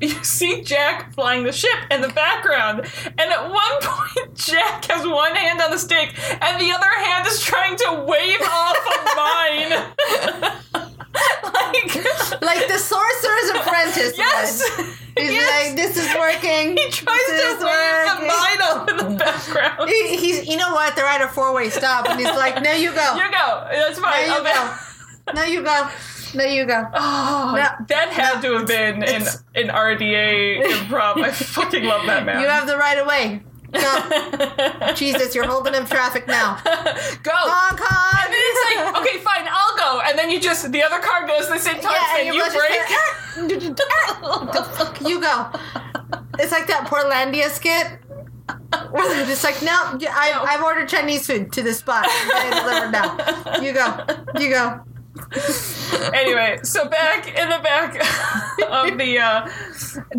Speaker 2: you see Jack flying the ship in the background, and at one <laughs> point Jack has one hand on the stick and the other hand is trying to wave off a
Speaker 3: <laughs>
Speaker 2: mine. like
Speaker 3: Like the sorcerer's apprentice.
Speaker 2: Yes!
Speaker 3: was. He's
Speaker 2: Yes!
Speaker 3: like, this is working.
Speaker 2: he tries
Speaker 3: This
Speaker 2: to
Speaker 3: is
Speaker 2: wave the
Speaker 3: working.
Speaker 2: mine off in
Speaker 3: <laughs>
Speaker 2: the background.
Speaker 3: He, he's, you know what? They're at a four way stop, and he's like, no,
Speaker 2: <laughs>
Speaker 3: you go.
Speaker 2: You go. That's fine.
Speaker 3: There you
Speaker 2: I'll be- <laughs>
Speaker 3: go. No, you go. No, you go.
Speaker 2: Oh,
Speaker 3: No,
Speaker 2: that had
Speaker 3: no,
Speaker 2: to have been an,
Speaker 3: it's-
Speaker 2: an RDA improv.
Speaker 3: <laughs>
Speaker 2: I fucking love that man.
Speaker 3: You have the right of way. Go. Jesus, you're holding up traffic now.
Speaker 2: <laughs> go.
Speaker 3: Hong Kong.
Speaker 2: and it's like, okay, fine, I'll go. And then you just, the other car goes the same time,
Speaker 3: Yeah,
Speaker 2: and
Speaker 3: and
Speaker 2: you
Speaker 3: your
Speaker 2: break.
Speaker 3: <laughs> budget's you go. It's like that Portlandia skit. Where they're just like, no, you- I,
Speaker 2: No.
Speaker 3: I've ordered Chinese food to this spot. You're getting it delivered now. You go. You go.
Speaker 2: anyway, so back in the back of the, uh,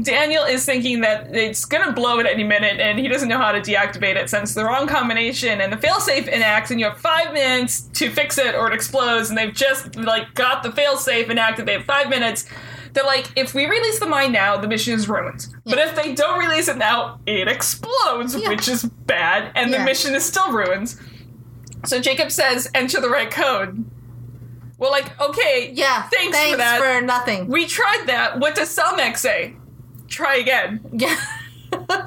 Speaker 2: Daniel is thinking that it's gonna blow at any minute, and he doesn't know how to deactivate it since the wrong combination and the failsafe enacts, and you have five minutes to fix it or it explodes, and they've just like got the failsafe enacted. They have five minutes. They're like, if we release the mine now, the mission is ruined. But if they don't release it now, it explodes,
Speaker 3: Yeah.
Speaker 2: which is bad, and the
Speaker 3: Yeah.
Speaker 2: mission is still ruined. So Jacob says, enter the right code. Well, like, okay,
Speaker 3: Yeah.
Speaker 2: thanks, for that.
Speaker 3: nothing.
Speaker 2: We tried that. What does Selmac say? Try again.
Speaker 3: yeah. <laughs>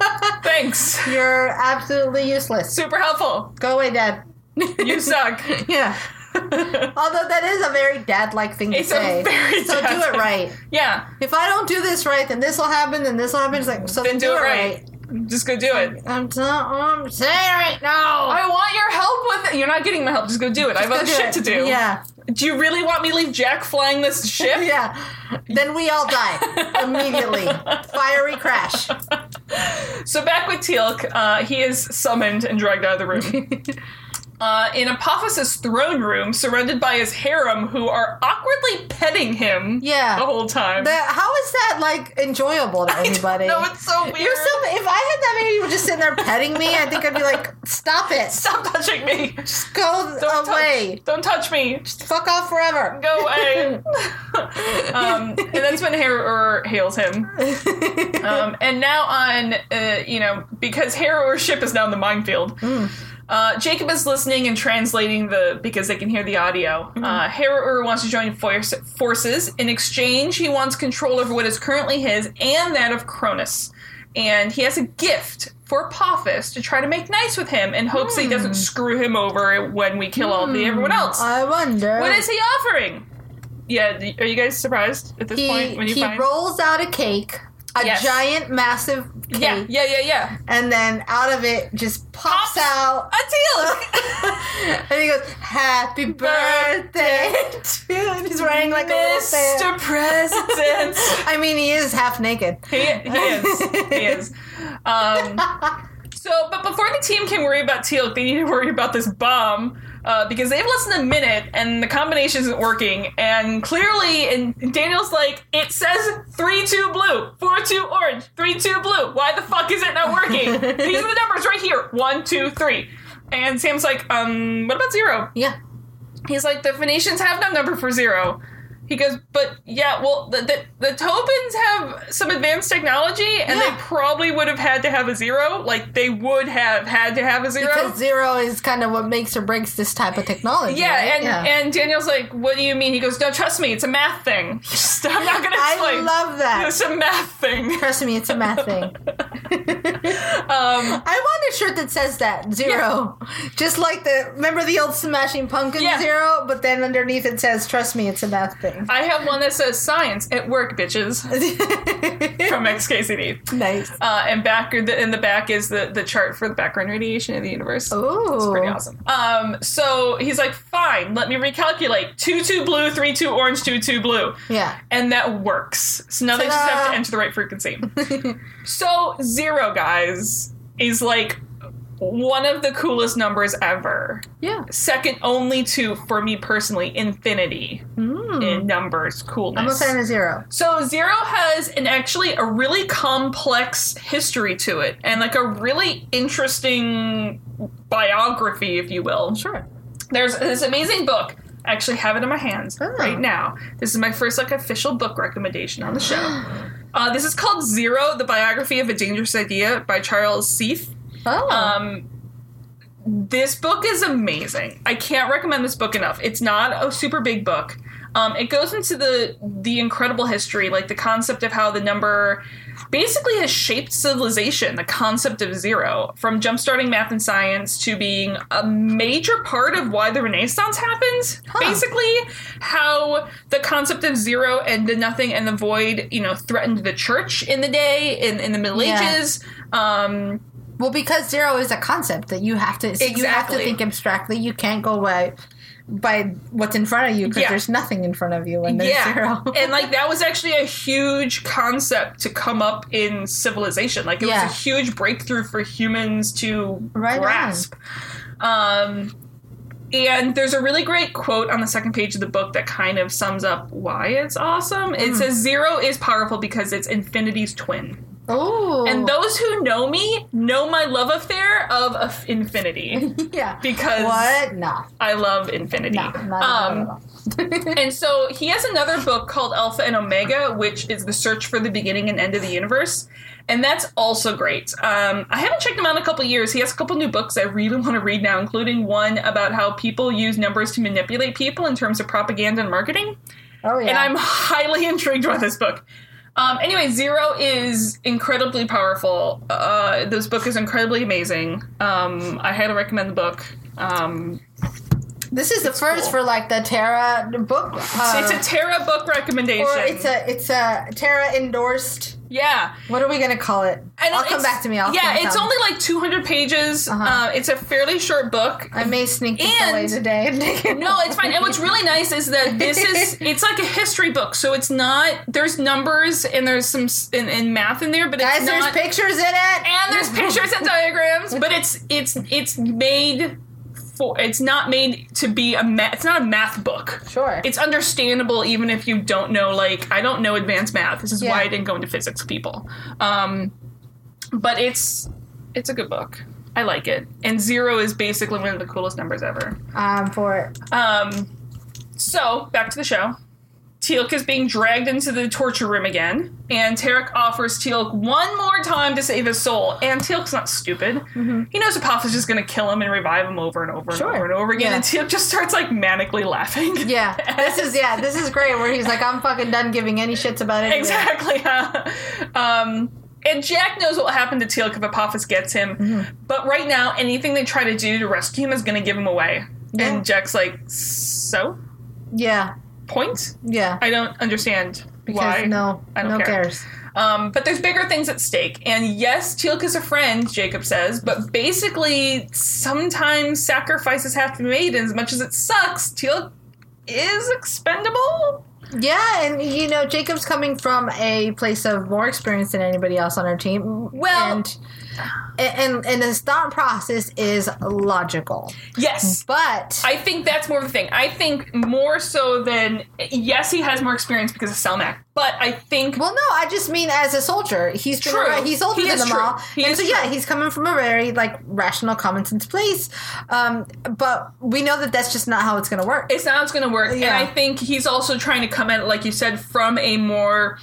Speaker 2: Thanks.
Speaker 3: You're absolutely useless.
Speaker 2: Super helpful.
Speaker 3: Go away, Dad.
Speaker 2: You suck. <laughs>
Speaker 3: <laughs> Yeah. Although that is a very dad-like thing to
Speaker 2: It's a
Speaker 3: say.
Speaker 2: very
Speaker 3: so do
Speaker 2: dad-like-
Speaker 3: it right.
Speaker 2: yeah,
Speaker 3: If I don't do this right, then this will happen. Then this will happen. It's like so.
Speaker 2: then do it right. Just go do it.
Speaker 3: I'm, t- I'm saying it right now.
Speaker 2: I want your help with it. You're not getting my help. Just go do it. I have
Speaker 3: Go
Speaker 2: other
Speaker 3: do
Speaker 2: shit
Speaker 3: it.
Speaker 2: to do.
Speaker 3: Yeah.
Speaker 2: Do you really want me to leave Jack flying
Speaker 3: <laughs>
Speaker 2: this ship?
Speaker 3: Yeah. Then we
Speaker 2: <laughs>
Speaker 3: all die immediately. Fiery crash.
Speaker 2: So back with Teal'c, uh, he is summoned and dragged out of the room.
Speaker 3: <laughs>
Speaker 2: Uh, in Apophis's throne room, surrounded by his harem, who are awkwardly petting him
Speaker 3: Yeah.
Speaker 2: the whole time.
Speaker 3: The, how is that like enjoyable to anybody?
Speaker 2: <laughs> No, it's so weird.
Speaker 3: You're so. If I had that many people just sitting there petting me, I think I'd be like, "Stop
Speaker 2: <laughs>
Speaker 3: it!
Speaker 2: Stop touching me. Just
Speaker 3: Go
Speaker 2: don't
Speaker 3: away!
Speaker 2: Touch, don't touch me. Just
Speaker 3: Fuck off forever!"
Speaker 2: go away. um, and that's when Harrower hails him. Um, and now on, uh, you know, because Harrower's ship is now in the minefield. Uh, Jacob is listening and translating the because they can hear the audio. Uh, Harrower wants to join force, forces. In exchange, he wants control over what is currently his and that of Cronus. And he has a gift for Apophis to try to make nice with him in hopes that he doesn't screw him over when we kill all the everyone else.
Speaker 3: I wonder.
Speaker 2: What is he offering? Yeah, d- are you guys surprised at this point when
Speaker 3: He,
Speaker 2: you
Speaker 3: he
Speaker 2: find?
Speaker 3: rolls out a cake, a
Speaker 2: Yes.
Speaker 3: giant, massive cake,
Speaker 2: yeah, yeah, yeah, yeah.
Speaker 3: and then out of it just pops,
Speaker 2: Pops. <laughs>
Speaker 3: out
Speaker 2: A teal.
Speaker 3: <laughs> and he goes, "Happy birthday!" to you."
Speaker 2: <laughs>
Speaker 3: and he's wearing like a little fan.
Speaker 2: Mr. <laughs> President.
Speaker 3: <laughs> I mean, he is half naked.
Speaker 2: he, he is. He is. Um, so, but before the team can worry about Teal, they need to worry about this bomb. Uh, because they've less than a minute and the combination isn't working, and clearly, and Daniel's like, it says three two blue, four two orange, three two blue. Why the fuck is it not working? These are the numbers right here: one, two, three. And Sam's like, um, what about zero?
Speaker 3: Yeah.
Speaker 2: He's like, the Phoenicians have no number for zero. He goes, but yeah, well, the, the, the Tobins have some advanced technology, and
Speaker 3: Yeah.
Speaker 2: they probably would have had to have a zero. Like, they would have had to have a zero.
Speaker 3: Because zero is kind of what makes or breaks this type of technology.
Speaker 2: yeah,
Speaker 3: right?
Speaker 2: and, and Daniel's like, what do you mean? He goes, no, trust me, it's a math thing. <laughs> Just- I'm not going to
Speaker 3: I
Speaker 2: explain.
Speaker 3: love that.
Speaker 2: It's a math thing. <laughs>
Speaker 3: Trust me, it's a math thing.
Speaker 2: Um,
Speaker 3: <laughs> I want a shirt that says that zero, just like the remember the old Smashing Pumpkin
Speaker 2: Yeah.
Speaker 3: zero, but then underneath it says, "Trust me, it's a math thing."
Speaker 2: I have one that says science at work, bitches, <laughs>
Speaker 3: <laughs>
Speaker 2: from XKCD.
Speaker 3: nice.
Speaker 2: Uh, and back in the, in the back is the, the chart for the background radiation of the universe.
Speaker 3: Ooh,
Speaker 2: It's pretty awesome. Um, so he's like, fine, let me recalculate. Two, two blue, three, two orange, two, two blue.
Speaker 3: Yeah.
Speaker 2: And that works. So now they just
Speaker 3: Ta-da.
Speaker 2: have to enter the right
Speaker 3: <laughs>
Speaker 2: frequency. so zero, guys, is like one of the coolest numbers ever.
Speaker 3: Yeah.
Speaker 2: Second only to, for me personally, infinity in numbers coolness.
Speaker 3: Hmm. I'm a fan of zero.
Speaker 2: So Zero has an actually a really complex history to it and like a really interesting biography, if you will.
Speaker 3: <gasps> Sure.
Speaker 2: There's this amazing book. I actually have it in my hands
Speaker 3: Oh.
Speaker 2: right now. This is my first like official book recommendation on the show.
Speaker 3: Oh.
Speaker 2: Uh, this is called Zero: The Biography of a Dangerous Idea by Charles Seath.
Speaker 3: Oh.
Speaker 2: Um, this book is amazing. I can't recommend this book enough. It's not a super big book. Um, it goes into the the incredible history, like the concept of how the number basically has shaped civilization. The concept of zero, from jumpstarting math and science to being a major part of why the Renaissance happens. Basically, how the concept of zero and the nothing and the void, you know, threatened the church in the day in in the Middle
Speaker 3: Yeah.
Speaker 2: Ages. Um,
Speaker 3: well, because zero is a concept that you have to so you have to
Speaker 2: Exactly.
Speaker 3: think abstractly. You can't go by by what's in front of you because
Speaker 2: Yeah.
Speaker 3: there's nothing in front of you when there's zero.
Speaker 2: and
Speaker 3: <laughs>
Speaker 2: like that was actually a huge concept to come up in civilization. Like it
Speaker 3: Yeah.
Speaker 2: was a huge breakthrough for humans to
Speaker 3: Right on.
Speaker 2: grasp. Um, and there's a really great quote on the second page of the book that kind of sums up why it's awesome.
Speaker 3: Mm.
Speaker 2: It says zero is powerful because it's infinity's twin.
Speaker 3: oh.
Speaker 2: And those who know me know my love affair of of
Speaker 3: <laughs>
Speaker 2: infinity
Speaker 3: yeah.
Speaker 2: because
Speaker 3: What? No.
Speaker 2: I love infinity.
Speaker 3: No. Not at all,
Speaker 2: Um,
Speaker 3: not at all.
Speaker 2: and so he has another book called Alpha and Omega, which is the search for the beginning and end of the universe. And that's also great. Um, I haven't checked him out in a couple years. He has a couple new books I really <laughs> want to read now, including one about how people use numbers to manipulate people in terms of propaganda and marketing.
Speaker 3: Oh yeah.
Speaker 2: And I'm highly <laughs> intrigued by this book. Um, anyway, Zero is incredibly powerful. Uh, this book is incredibly amazing. Um, I highly recommend the book. Um,
Speaker 3: This is the first
Speaker 2: cool.
Speaker 3: for like the Terra book. Uh,
Speaker 2: it's a Tara book recommendation.
Speaker 3: or it's a it's a Terra endorsed.
Speaker 2: yeah.
Speaker 3: What are we gonna call it?
Speaker 2: And
Speaker 3: I'll
Speaker 2: it's-
Speaker 3: come Uh-huh. back to me. I'll
Speaker 2: yeah,
Speaker 3: think
Speaker 2: it's
Speaker 3: some.
Speaker 2: only like 200 pages. uh it's a fairly short book.
Speaker 3: I may sneak this
Speaker 2: And-
Speaker 3: away today. <laughs> and take it
Speaker 2: no, it's fine. And what's really nice is that this
Speaker 3: <laughs>
Speaker 2: is it's like a history book, so it's not there's numbers and there's some s- and, and math in there, but it's
Speaker 3: guys.
Speaker 2: not.
Speaker 3: There's pictures in it.
Speaker 2: and there's pictures and diagrams, but it's it's it's made for it's not made to be a ma- it's not a math book.
Speaker 3: Sure.
Speaker 2: It's understandable even if you don't know like I don't know advanced math. This is why I
Speaker 3: Yeah.
Speaker 2: didn't go into physics people. Um but it's it's a good book. I like it. And 0 is basically one of the coolest numbers ever.
Speaker 3: um for it.
Speaker 2: Um so, back to the show. Teal'c is being dragged into the torture room again, and Tarek offers Teal'c one more time to save his soul. And Teal'c's not stupid. He knows Apophis is just going to kill him and revive him over and over and
Speaker 3: Mm-hmm. Sure.
Speaker 2: over and over again.
Speaker 3: Yeah.
Speaker 2: And Teal'c just starts like manically laughing.
Speaker 3: Yeah, this is yeah, this is great. Where he's like, I'm fucking done giving any shits about it.
Speaker 2: <laughs> exactly. huh? um, and Jack knows what will happen to Teal'c if Apophis gets him.
Speaker 3: Mm-hmm.
Speaker 2: But right now, anything they try to do to rescue him is going to give him away.
Speaker 3: Yeah.
Speaker 2: And Jack's like, so
Speaker 3: Yeah,
Speaker 2: point.
Speaker 3: yeah.
Speaker 2: I don't understand
Speaker 3: Because
Speaker 2: why.
Speaker 3: no,
Speaker 2: I don't
Speaker 3: no
Speaker 2: care.
Speaker 3: cares.
Speaker 2: Um, but there's bigger things at stake. And yes, Teal'c is a friend, Jacob says, but basically, sometimes sacrifices have to be made. And as much as it sucks, Teal'c is expendable.
Speaker 3: Yeah, and you know, Jacob's coming from a place of more experience than anybody else on our team.
Speaker 2: Well,
Speaker 3: and and and, and his thought process is logical.
Speaker 2: Yes.
Speaker 3: But
Speaker 2: I think that's more of the thing. I think more so than yes, he has more experience because of Selmac, but I think
Speaker 3: well, no, I just mean as a soldier, he's been
Speaker 2: True.
Speaker 3: around- he's older
Speaker 2: He
Speaker 3: than
Speaker 2: is
Speaker 3: them
Speaker 2: true.
Speaker 3: all,
Speaker 2: He
Speaker 3: and
Speaker 2: is
Speaker 3: so yeah,
Speaker 2: true.
Speaker 3: he's coming from a very like rational, common sense place. Um, but we know that that's just not how it's going to work.
Speaker 2: it's not how it's going to work. And
Speaker 3: Yeah.
Speaker 2: I think he's also trying to come at, it, like you said, from a more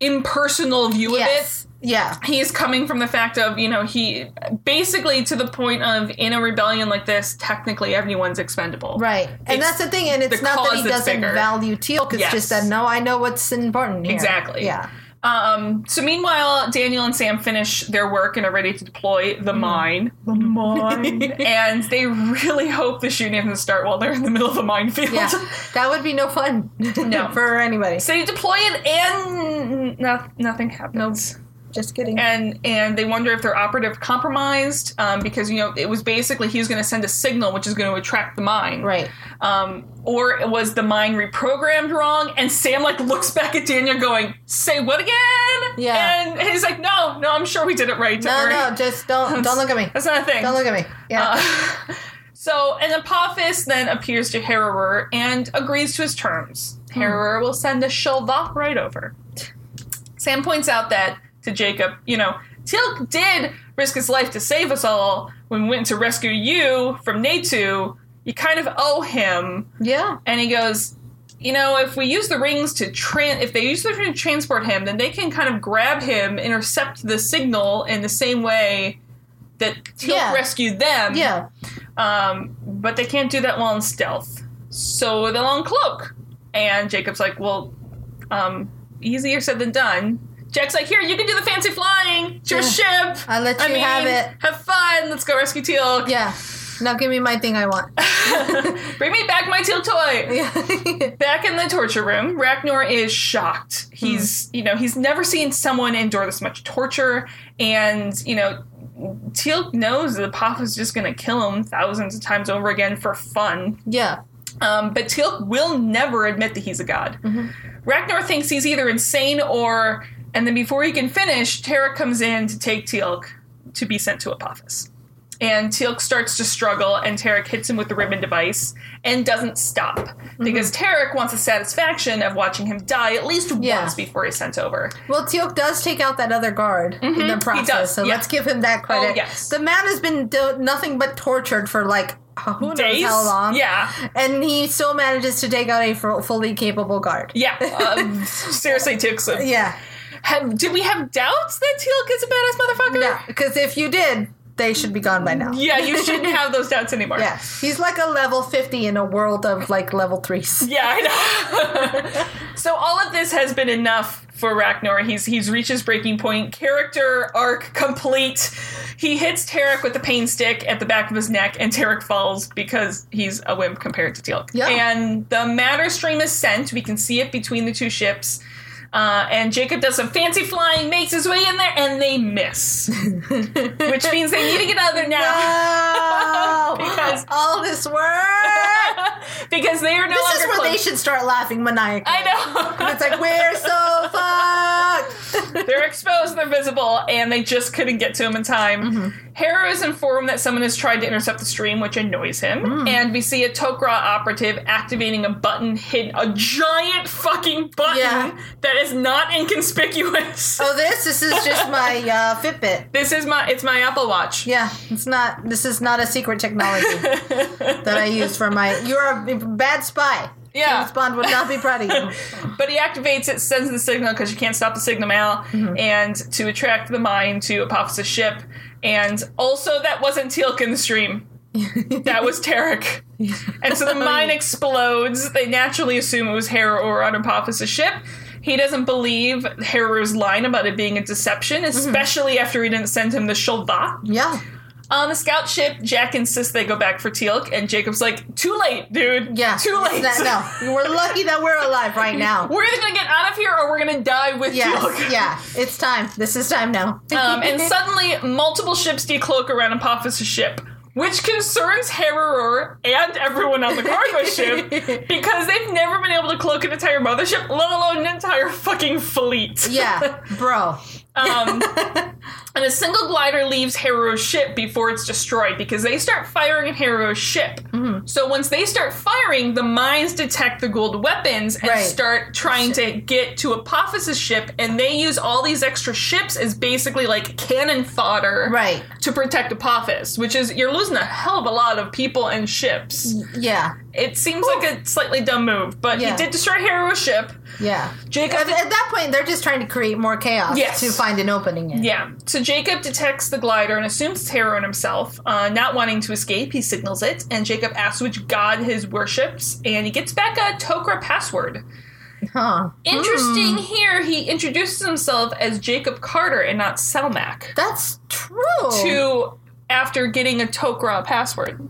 Speaker 2: impersonal view of it.
Speaker 3: yes, yeah,
Speaker 2: He's coming from the fact of, you know, he basically to the point of in a rebellion like this, technically everyone's expendable.
Speaker 3: right.
Speaker 2: It's
Speaker 3: And that's the thing, and it's
Speaker 2: the
Speaker 3: not that
Speaker 2: cause
Speaker 3: he
Speaker 2: that's
Speaker 3: doesn't
Speaker 2: bigger.
Speaker 3: value Teal because
Speaker 2: Yes.
Speaker 3: just said no. I know what's important. Here.
Speaker 2: Exactly.
Speaker 3: Yeah.
Speaker 2: Um, so meanwhile, Daniel and Sam finish their work and are ready to deploy the mine. The mine. <laughs> and they really hope the shooting doesn't start while they're in the middle of a minefield. <laughs>
Speaker 3: Yeah, <laughs> that would be no fun <laughs>
Speaker 2: No.
Speaker 3: for anybody.
Speaker 2: so they deploy it and no, nothing happens.
Speaker 3: Just kidding.
Speaker 2: and and they wonder if they're operative compromised um, because you know it was basically he was going to send a signal which is going to attract the mine
Speaker 3: right.
Speaker 2: um, or it was the mine reprogrammed wrong and sam like looks back at daniel going say what again
Speaker 3: Yeah.
Speaker 2: and he's like no no i'm sure we did it right don't
Speaker 3: No,
Speaker 2: worry
Speaker 3: no,
Speaker 2: <laughs>
Speaker 3: just don't don't look at me.
Speaker 2: that's not a thing
Speaker 3: Don't look at me. Yeah.
Speaker 2: Uh, <laughs> so an apophis then appears to Harrower and agrees to his terms.
Speaker 3: Hmm.
Speaker 2: Harrower will send a shilva right over. Sam points out that to Jacob, you know, Tilk did risk his life to save us all when we went to rescue you from Natu. You kind of owe him.
Speaker 3: yeah.
Speaker 2: And he goes, you know, if we use the rings to tran if they use the ring to transport him, then they can kind of grab him, intercept the signal in the same way that Tilk
Speaker 3: Yeah.
Speaker 2: rescued them.
Speaker 3: Yeah.
Speaker 2: Um, but they can't do that while in stealth. So they'll uncloak. And Jacob's like, well, um, easier said than done. Jack's like, here, you can do the fancy flying. It's your ship.
Speaker 3: I'll let you have it.
Speaker 2: Have fun. Let's go rescue Teal.
Speaker 3: Yeah. Now give me my thing I want.
Speaker 2: <laughs>
Speaker 3: <laughs>
Speaker 2: Bring me back my Teal toy.
Speaker 3: Yeah.
Speaker 2: Back in the torture room, Ragnar is shocked. He's, you know, he's never seen someone endure this much torture. And, you know, Teal knows that Pop is just going to kill him thousands of times over again for fun.
Speaker 3: yeah.
Speaker 2: Um, but Teal'c will never admit that he's a god.
Speaker 3: Mm-hmm.
Speaker 2: Ragnar thinks he's either insane or, and then before he can finish, Terra comes in to take Teal'c to be sent to Apophis. And Teal'c starts to struggle, and Tarek hits him with the ribbon device and doesn't stop
Speaker 3: Mm-hmm.
Speaker 2: because Tarek wants the satisfaction of watching him die at least
Speaker 3: Yeah.
Speaker 2: once before he's sent over.
Speaker 3: Well, Teal'c does take out that other guard in the process,
Speaker 2: Mm-hmm. does,
Speaker 3: so
Speaker 2: yeah. Oh,
Speaker 3: let's give him that credit.
Speaker 2: yes.
Speaker 3: The man has been do- nothing but tortured for like who knows
Speaker 2: Days?
Speaker 3: how long.
Speaker 2: Yeah,
Speaker 3: And he still manages to take out a fu- fully capable guard.
Speaker 2: yeah.
Speaker 3: <laughs>
Speaker 2: Um, seriously, Teal'c's. a-
Speaker 3: Yeah.
Speaker 2: Have, did we have doubts that Teal'c is a badass motherfucker?
Speaker 3: No, because if you did, they should be gone by now.
Speaker 2: Yeah, you
Speaker 3: <laughs>
Speaker 2: shouldn't have those doubts anymore.
Speaker 3: Yeah. He's like a level 50 in a world of like level 3s.
Speaker 2: Yeah, I know. <laughs> so all of this has been enough for Ragnar. He's he's reached his breaking point. Character arc complete. He hits Tarek with the pain stick at the back of his neck, and Tarek falls because he's a wimp compared to Teal'c.
Speaker 3: Yeah.
Speaker 2: And the matter stream is sent. We can see it between the two ships. Uh, and Jacob does some fancy flying, makes his way in there, and they
Speaker 3: <laughs>
Speaker 2: miss. Which means they need to get out of there now.
Speaker 3: <laughs>
Speaker 2: <laughs>
Speaker 3: Oh,
Speaker 2: Because-
Speaker 3: all
Speaker 2: <laughs>
Speaker 3: this work.
Speaker 2: because they are no
Speaker 3: This
Speaker 2: longer
Speaker 3: is where
Speaker 2: close.
Speaker 3: they should start laughing maniacally.
Speaker 2: I
Speaker 3: <laughs>
Speaker 2: know. <laughs>
Speaker 3: It's like we're so fucked.
Speaker 2: They're exposed, they're visible, and they just couldn't get to him in time.
Speaker 3: Mm-hmm.
Speaker 2: Harrow is informed that someone has tried to intercept the stream, which annoys him.
Speaker 3: Mm.
Speaker 2: And we see a Tok'ra operative activating a button hidden, a giant fucking button
Speaker 3: Yeah.
Speaker 2: that is not inconspicuous.
Speaker 3: Oh, this this is
Speaker 2: <laughs>
Speaker 3: just my uh, Fitbit.
Speaker 2: This is my, it's my Apple Watch.
Speaker 3: Yeah, it's not. This is not a secret technology that I use for my. You're a bad spy.
Speaker 2: Yeah.
Speaker 3: James Bond would not be proud of you.
Speaker 2: But he activates it, sends the signal because you can't stop the signal now,
Speaker 3: Mm-hmm.
Speaker 2: and to attract the mine to Apophis' ship. And also, that wasn't Teal'c in the stream. that was Tarek. And so the mine explodes. They naturally assume it was Hera or on Apophis' ship. He doesn't believe Hera's line about it being a deception,
Speaker 3: Mm-hmm.
Speaker 2: especially after he didn't send him the Shulva.
Speaker 3: <laughs> Yeah,
Speaker 2: On the scout ship, Jack insists they go back for Teal'c, and Jacob's like, too late, dude.
Speaker 3: yeah.
Speaker 2: Too late.
Speaker 3: It's not- no, we're lucky that we're alive right now.
Speaker 2: <laughs> We're either gonna get out of here or we're gonna die with
Speaker 3: Yes,
Speaker 2: Teal'c.
Speaker 3: yeah. It's time. This is time now.
Speaker 2: Um,
Speaker 3: <laughs>
Speaker 2: and suddenly, multiple ships decloak around Apophis' ship, which concerns Herror and everyone on the cargo ship because they've never been able to cloak an entire mothership, let alone an entire fucking fleet.
Speaker 3: yeah, bro.
Speaker 2: Um, and a single glider leaves Haruo's ship before it's destroyed because they start firing at Haruo's ship.
Speaker 3: Mm-hmm.
Speaker 2: So once they start firing, the mines detect the gold weapons and
Speaker 3: Right.
Speaker 2: start trying to get to Apophis's ship, and they use all these extra ships as basically like cannon fodder
Speaker 3: Right.
Speaker 2: to protect Apophis, which is you're losing a hell of a lot of people and ships.
Speaker 3: Yeah.
Speaker 2: It seems like a slightly dumb move, but
Speaker 3: Mm. Yeah.
Speaker 2: he did destroy Haruo's ship.
Speaker 3: Yeah.
Speaker 2: Jacob
Speaker 3: At, at that point, they're just trying to create more chaos
Speaker 2: Yes.
Speaker 3: to find an opening in.
Speaker 2: Yeah. So Jacob detects the glider and assumes it's Hero and himself. Uh, not wanting to escape, he signals it, and Jacob asks which god his worships, and he gets back a Tokra password.
Speaker 3: Huh.
Speaker 2: Interesting here, he introduces himself as Jacob Carter and not Selmac.
Speaker 3: That's true.
Speaker 2: Oh. To after getting a Tokra password.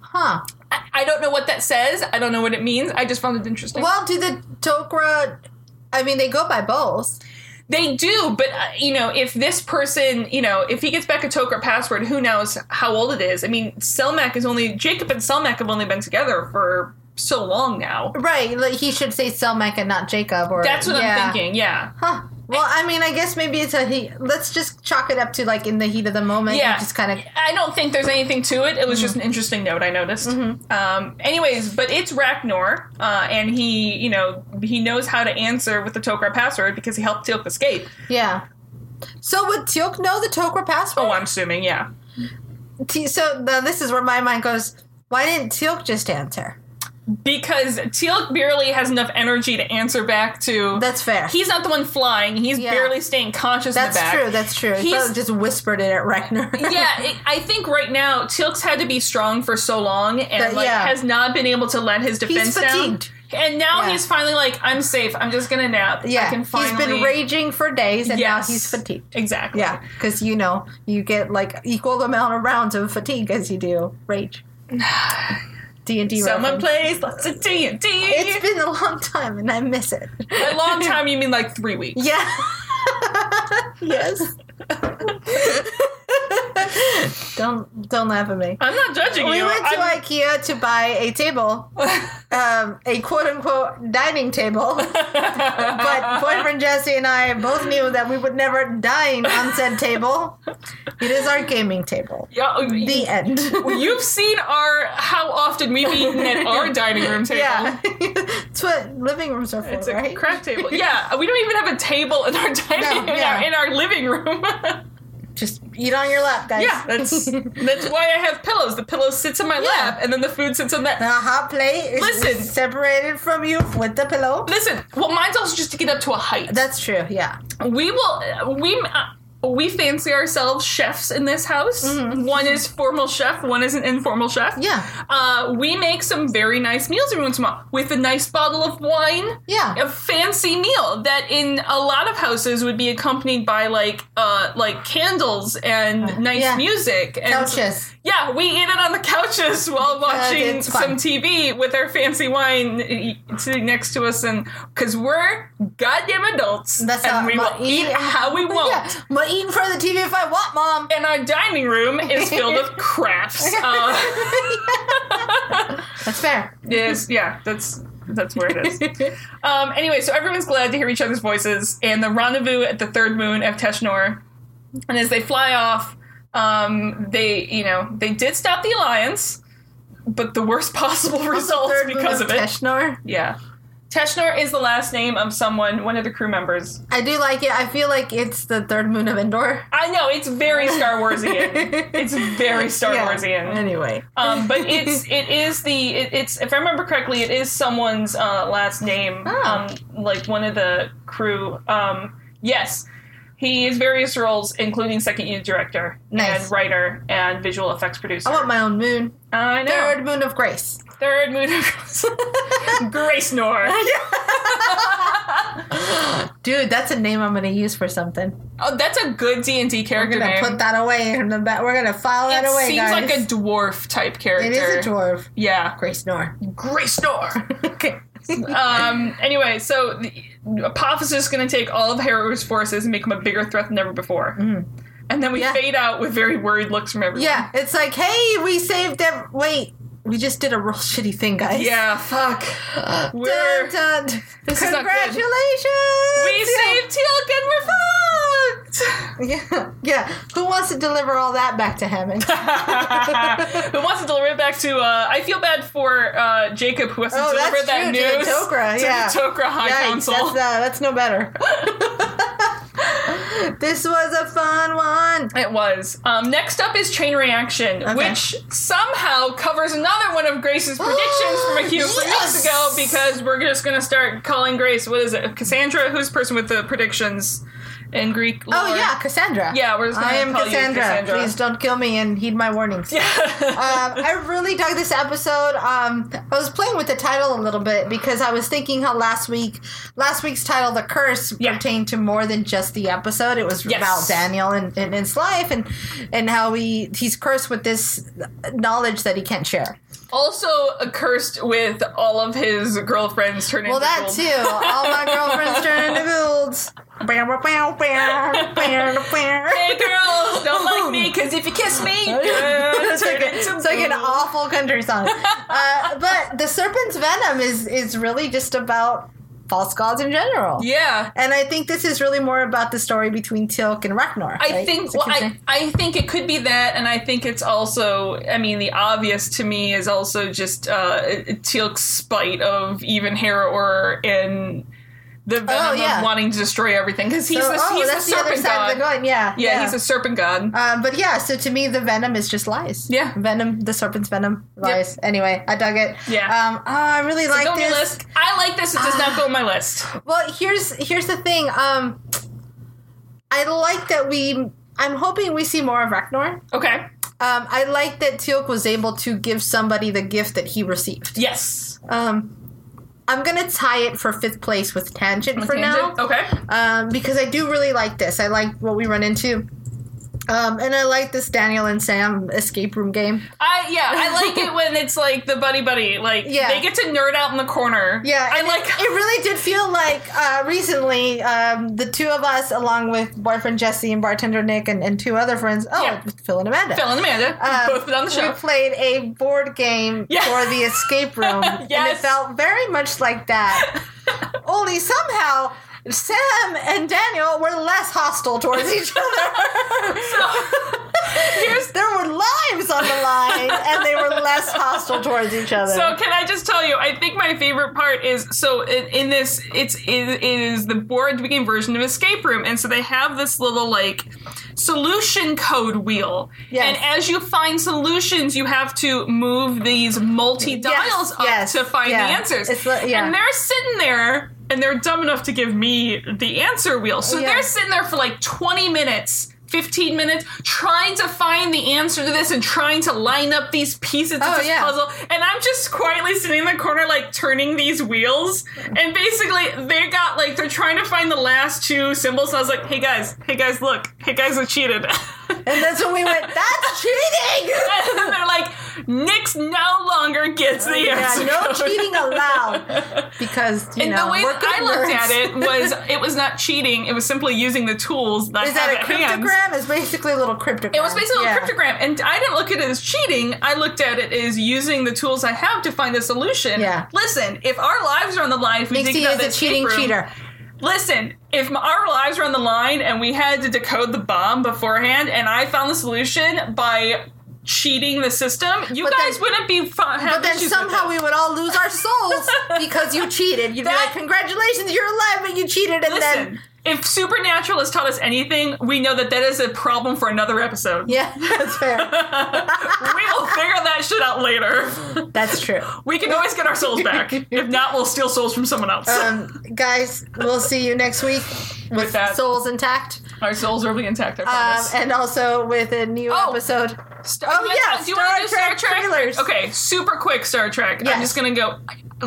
Speaker 3: Huh.
Speaker 2: I, I don't know what that says. I don't know what it means. I just found it interesting.
Speaker 3: Well, do the Tokra. I mean, they go by both.
Speaker 2: They do, but uh, you know, if this person, you know, if he gets back a Tokra password, who knows how old it is? I mean, Selmac is only Jacob and Selmac have only been together for so long now.
Speaker 3: Right. Like he should say Selmac and not Jacob. Or
Speaker 2: That's what
Speaker 3: yeah.
Speaker 2: I'm thinking. Yeah,
Speaker 3: Huh. Well, I mean, I guess maybe it's a he. Let's just chalk it up to like in the heat of the moment.
Speaker 2: Yeah.
Speaker 3: Yeah. Just kind of.
Speaker 2: I don't think there's anything to it. It was just an interesting note I noticed. Um, anyways, but it's Ragnar, uh, and he, you know, he knows how to answer with the Tokra password because he helped Teal'c escape.
Speaker 3: Yeah. So would Teok know the Tokra password?
Speaker 2: Oh, I'm assuming, yeah.
Speaker 3: T- so now this is where my mind goes. Why didn't Teok just answer?
Speaker 2: Because Teal'c barely has enough energy to answer back to.
Speaker 3: That's fair.
Speaker 2: He's not the one flying. He's
Speaker 3: Yeah.
Speaker 2: barely staying conscious
Speaker 3: that's
Speaker 2: in the back.
Speaker 3: true. That's true. He
Speaker 2: He's-
Speaker 3: probably just whispered it at Ragnar.
Speaker 2: <laughs>
Speaker 3: <laughs>
Speaker 2: yeah, it, I think right now Tilk's had to be strong for so long and
Speaker 3: That-
Speaker 2: like
Speaker 3: yeah.
Speaker 2: has not been able to let his defense
Speaker 3: fatigued.
Speaker 2: down. And now
Speaker 3: Yeah.
Speaker 2: he's finally like, I'm safe. I'm just gonna nap. I
Speaker 3: yeah.
Speaker 2: can finally.
Speaker 3: He's been raging for days, and
Speaker 2: Yes.
Speaker 3: now he's fatigued.
Speaker 2: Exactly.
Speaker 3: Yeah, because you know you get like equal amount of rounds of fatigue as you do
Speaker 2: <sighs>
Speaker 3: rage. D and D.
Speaker 2: Someone plays lots of D and D.
Speaker 3: It's been a long time, and I
Speaker 2: <laughs>
Speaker 3: miss it.
Speaker 2: A
Speaker 3: <laughs>
Speaker 2: long time. You mean like three weeks?
Speaker 3: Yeah. yes. <laughs> don't don't laugh at me.
Speaker 2: I'm not judging
Speaker 3: We
Speaker 2: Uh, you.
Speaker 3: went to
Speaker 2: I'm-
Speaker 3: IKEA to buy a table,
Speaker 2: <laughs>
Speaker 3: um, a quote unquote dining table. but boyfriend Jesse and I both knew that we would never dine on said table. It is our gaming table.
Speaker 2: Yeah,
Speaker 3: The end.
Speaker 2: You've seen our how often we've eaten at
Speaker 3: <laughs>
Speaker 2: our dining room table.
Speaker 3: yeah. That's what living rooms are for,
Speaker 2: It's a
Speaker 3: right?
Speaker 2: crap table. Yeah, we don't even have a table in our dining
Speaker 3: No,
Speaker 2: in, our,
Speaker 3: yeah.
Speaker 2: in our living room. <laughs>
Speaker 3: Just eat on your lap, guys.
Speaker 2: yeah, that's that's why I have pillows. The pillow sits in my lap, and then the food sits on that.
Speaker 3: The hot plate is
Speaker 2: Listen.
Speaker 3: separated from you with the pillow.
Speaker 2: Listen, well, mine's also just to get up to a height.
Speaker 3: That's true, yeah.
Speaker 2: we will we. Uh, we fancy ourselves chefs in this house. One is formal chef, one is an informal chef.
Speaker 3: Mm-hmm. Yeah.
Speaker 2: Uh, we make some very nice meals every once in a while with a nice bottle of wine.
Speaker 3: Yeah.
Speaker 2: a fancy meal that in a lot of houses would be accompanied by like uh like candles and nice
Speaker 3: yeah.
Speaker 2: music and
Speaker 3: Couches.
Speaker 2: yeah we eat it on the couches <laughs> while watching
Speaker 3: it's fun.
Speaker 2: some tv with our fancy wine eh, sitting next to us and because we're goddamn adults
Speaker 3: That's
Speaker 2: and
Speaker 3: how
Speaker 2: we will eat how we want
Speaker 3: <laughs> Yeah. I'm gonna eat in front of the TV if I want, Mom.
Speaker 2: and our dining room is filled with crafts
Speaker 3: <laughs>
Speaker 2: uh,
Speaker 3: <laughs>
Speaker 2: <laughs>
Speaker 3: That's fair.
Speaker 2: is yeah that's that's where it is um anyway so everyone's glad to hear each other's voices and the rendezvous at the third moon of teshnor and as they fly off um they you know they did stop the alliance but the worst <laughs> possible results
Speaker 3: Third moon
Speaker 2: because of, it
Speaker 3: Teshnor.
Speaker 2: yeah teshnor is the last name of someone one of the crew members
Speaker 3: I do like it. I feel like it's the third moon of Endor.
Speaker 2: i know it's very star
Speaker 3: <laughs>
Speaker 2: warsian it's very star
Speaker 3: Yeah.
Speaker 2: warsian
Speaker 3: Anyway.
Speaker 2: Um,
Speaker 3: <laughs>
Speaker 2: but it's it is the it, it's if I remember correctly, it is someone's uh, last name,
Speaker 3: Oh.
Speaker 2: um, like one of the crew. Um, yes, he is various roles, including second unit director
Speaker 3: Nice.
Speaker 2: and writer and visual effects producer.
Speaker 3: I want my own moon.
Speaker 2: I know
Speaker 3: Third moon of grace. <laughs>
Speaker 2: third moon of Grace Nor.
Speaker 3: <laughs> Dude, that's a name I'm gonna use for something.
Speaker 2: Oh, that's a good D and D
Speaker 3: We're
Speaker 2: character
Speaker 3: gonna
Speaker 2: name.
Speaker 3: put that away in the back. We're gonna file that
Speaker 2: it
Speaker 3: away,
Speaker 2: seems
Speaker 3: guys.
Speaker 2: like a dwarf type character.
Speaker 3: it is a dwarf.
Speaker 2: Yeah,
Speaker 3: Grace <laughs> Nor.
Speaker 2: Grace Nor.
Speaker 3: okay.
Speaker 2: um, anyway, so the, Apophis is going to take all of Heru's forces and make him a bigger threat than ever before. And then we
Speaker 3: Mm. Yeah.
Speaker 2: fade out with very worried looks from everyone.
Speaker 3: Yeah, it's like, hey, we saved them. Wait, we just did a real <laughs> shitty thing, guys.
Speaker 2: Yeah, fuck. We're,
Speaker 3: Dun, dun.
Speaker 2: <laughs> This is not good.
Speaker 3: Congratulations!
Speaker 2: we saved Teal'c and we're
Speaker 3: <laughs>
Speaker 2: fucked.
Speaker 3: Yeah, yeah. Who wants to deliver all that back
Speaker 2: <laughs>
Speaker 3: to Hammond?
Speaker 2: who wants to deliver it back to? Uh, I feel bad for uh, Jacob who has to
Speaker 3: Oh, that's
Speaker 2: deliver that
Speaker 3: true, to the
Speaker 2: news
Speaker 3: Tok'ra, yeah.
Speaker 2: to the Tok'ra High
Speaker 3: Yikes,
Speaker 2: Council.
Speaker 3: That's, uh, that's
Speaker 2: <laughs>
Speaker 3: no better. this was a fun one.
Speaker 2: It was. Um, next up is Chain Reaction,
Speaker 3: Okay.
Speaker 2: which somehow covers another one of Grace's predictions
Speaker 3: <gasps>
Speaker 2: from a few
Speaker 3: Yes!
Speaker 2: weeks ago because we're just going to start calling Grace, what is it, Cassandra? Who's the person with the predictions in Greek lore?
Speaker 3: Oh yeah, Cassandra.
Speaker 2: Yeah, we're just gonna
Speaker 3: I am
Speaker 2: call you
Speaker 3: Cassandra.
Speaker 2: Cassandra.
Speaker 3: Please don't kill me and heed my warnings. <laughs> um, I really dug this episode. Um, I was playing with the title a little bit because I was thinking how last week, last week's title, "The Curse,"
Speaker 2: Yeah.
Speaker 3: pertained to more than just the episode. It was
Speaker 2: Yes.
Speaker 3: about Daniel and, and his life and and how he he's cursed with this knowledge that he can't share.
Speaker 2: <laughs> Also accursed with all of his girlfriends turning
Speaker 3: Well,
Speaker 2: into
Speaker 3: that
Speaker 2: gold.
Speaker 3: too. All my girlfriends turn into ghouls. Bam, bam, bam, bam, bam, bam.
Speaker 2: Hey girls, don't like
Speaker 3: <laughs>
Speaker 2: me because if you kiss me,
Speaker 3: it's, like a-
Speaker 2: it's
Speaker 3: it's like an awful country song. Uh, but the serpent's venom is is really just about false gods in general.
Speaker 2: yeah.
Speaker 3: And I think this is really more about the story between Tilk and Ragnar.
Speaker 2: I
Speaker 3: right?
Speaker 2: think
Speaker 3: Is it
Speaker 2: well, I,
Speaker 3: considered-
Speaker 2: I think it could be that, and I think it's also. I mean, the obvious to me is also just uh, Teal'c's spite of even Hera or in the venom
Speaker 3: Oh, yeah.
Speaker 2: of wanting to destroy everything because he's
Speaker 3: So-
Speaker 2: the,
Speaker 3: oh,
Speaker 2: he's
Speaker 3: that's
Speaker 2: the
Speaker 3: the other
Speaker 2: serpent
Speaker 3: side
Speaker 2: god.
Speaker 3: of the coin. Yeah,
Speaker 2: yeah, he's a serpent god.
Speaker 3: Um, but yeah, so to me, the venom is just lies.
Speaker 2: Yeah.
Speaker 3: venom, the serpent's venom, lies. Anyway, I dug it.
Speaker 2: Yeah.
Speaker 3: Um, oh, I really like
Speaker 2: Don't
Speaker 3: this. Ah.
Speaker 2: be list. I like this. It does not go on my list.
Speaker 3: Well, here's here's the thing. Um, I like that we. I'm hoping we see more of Ragnar.
Speaker 2: Okay.
Speaker 3: Um, I like that Teal'c was able to give somebody the gift that he received.
Speaker 2: Yes.
Speaker 3: Um, I'm gonna tie it for fifth place with Tangent for
Speaker 2: Tangent. Oh.
Speaker 3: now,
Speaker 2: Okay.
Speaker 3: um, because I do really like this. I like what we run into, um, and I like this Daniel and Sam escape room game.
Speaker 2: I yeah, I
Speaker 3: <laughs>
Speaker 2: like it when it's like the buddy buddy. Like
Speaker 3: Yeah.
Speaker 2: they get to nerd out in the corner.
Speaker 3: Yeah,
Speaker 2: I
Speaker 3: and
Speaker 2: like.
Speaker 3: it, it really did feel like uh, recently um, the two of us, along with boyfriend Jesse and bartender Nick and, and two other friends, oh,
Speaker 2: Yeah.
Speaker 3: Phil and Amanda,
Speaker 2: Phil and Amanda
Speaker 3: um,
Speaker 2: both been on the show.
Speaker 3: We played a board game
Speaker 2: Yeah.
Speaker 3: for the
Speaker 2: <laughs>
Speaker 3: escape room, and it
Speaker 2: Yes.
Speaker 3: felt very much
Speaker 2: <laughs>
Speaker 3: like that. Only somehow Sam and Daniel were less hostile towards
Speaker 2: <laughs>
Speaker 3: each other.
Speaker 2: Here's-
Speaker 3: there were lives on the line, and they were less hostile towards each other.
Speaker 2: so can I just tell you? I think my favorite part is so in, in this it's it is the board game version of Escape Room, and so they have this little like solution code wheel,
Speaker 3: Yes.
Speaker 2: and as you find solutions, you have to move these multi dials up
Speaker 3: yes,
Speaker 2: to find
Speaker 3: yeah.
Speaker 2: the answers.
Speaker 3: It's li- yeah.
Speaker 2: And they're sitting there. And they're dumb enough to give me the answer wheel. So
Speaker 3: Yeah.
Speaker 2: they're sitting there for like 20 minutes, 15 minutes, trying to find the answer to this and trying to line up these pieces
Speaker 3: Oh,
Speaker 2: oh, this
Speaker 3: yeah.
Speaker 2: puzzle, and I'm just quietly sitting in the corner, like turning these wheels. And basically, they got like they're trying to find the last two symbols. And I was like, "Hey guys, hey guys, look, hey guys, I cheated." <laughs>
Speaker 3: and that's when we went. That's cheating.
Speaker 2: and then they're like, "Nix no longer gets the
Speaker 3: Yeah,
Speaker 2: answer." <laughs>
Speaker 3: no
Speaker 2: code."
Speaker 3: cheating allowed. Because you
Speaker 2: And
Speaker 3: know,
Speaker 2: the way
Speaker 3: we're
Speaker 2: that I looked
Speaker 3: nerds.
Speaker 2: at it was, it was not cheating. It was simply using the tools that I
Speaker 3: Is
Speaker 2: have
Speaker 3: that a
Speaker 2: at hand.
Speaker 3: cryptogram? It's basically a little cryptogram.
Speaker 2: It was basically
Speaker 3: Yeah.
Speaker 2: a cryptogram, and I didn't look at it as cheating. I looked at it as using the tools I have to find a solution.
Speaker 3: Yeah.
Speaker 2: Listen, if our lives are on the line, if we
Speaker 3: Makes
Speaker 2: dig
Speaker 3: you
Speaker 2: out
Speaker 3: as a
Speaker 2: that escape
Speaker 3: cheating
Speaker 2: room-
Speaker 3: cheater.
Speaker 2: Listen, if m- our lives are on the line and we had to decode the bomb beforehand, and I found the solution by cheating the system, you
Speaker 3: But then-
Speaker 2: guys wouldn't be. Fun,
Speaker 3: But then somehow we would all lose our souls because you cheated. You'd be
Speaker 2: That-
Speaker 3: like, "Congratulations, you're alive, but you cheated." And
Speaker 2: listen.
Speaker 3: then,
Speaker 2: If Supernatural has taught us anything, we know that that is a problem for another episode.
Speaker 3: <laughs> yeah, that's fair.
Speaker 2: We will figure that shit out later. <laughs>
Speaker 3: That's true.
Speaker 2: We can always get our souls back. If not, we'll steal souls from someone else.
Speaker 3: Um, guys, we'll see you next week with,
Speaker 2: that-
Speaker 3: souls intact,
Speaker 2: <laughs> our souls are really intact. I
Speaker 3: um,
Speaker 2: promise.
Speaker 3: and also with a new
Speaker 2: Oh.
Speaker 3: episode.
Speaker 2: Star-
Speaker 3: oh,
Speaker 2: do you wanna-
Speaker 3: yeah,
Speaker 2: do you want to do
Speaker 3: Star
Speaker 2: Star
Speaker 3: Trek
Speaker 2: Trek?
Speaker 3: trailers.
Speaker 2: Okay, super quick Star Trek.
Speaker 3: Yes.
Speaker 2: I'm just gonna go. I,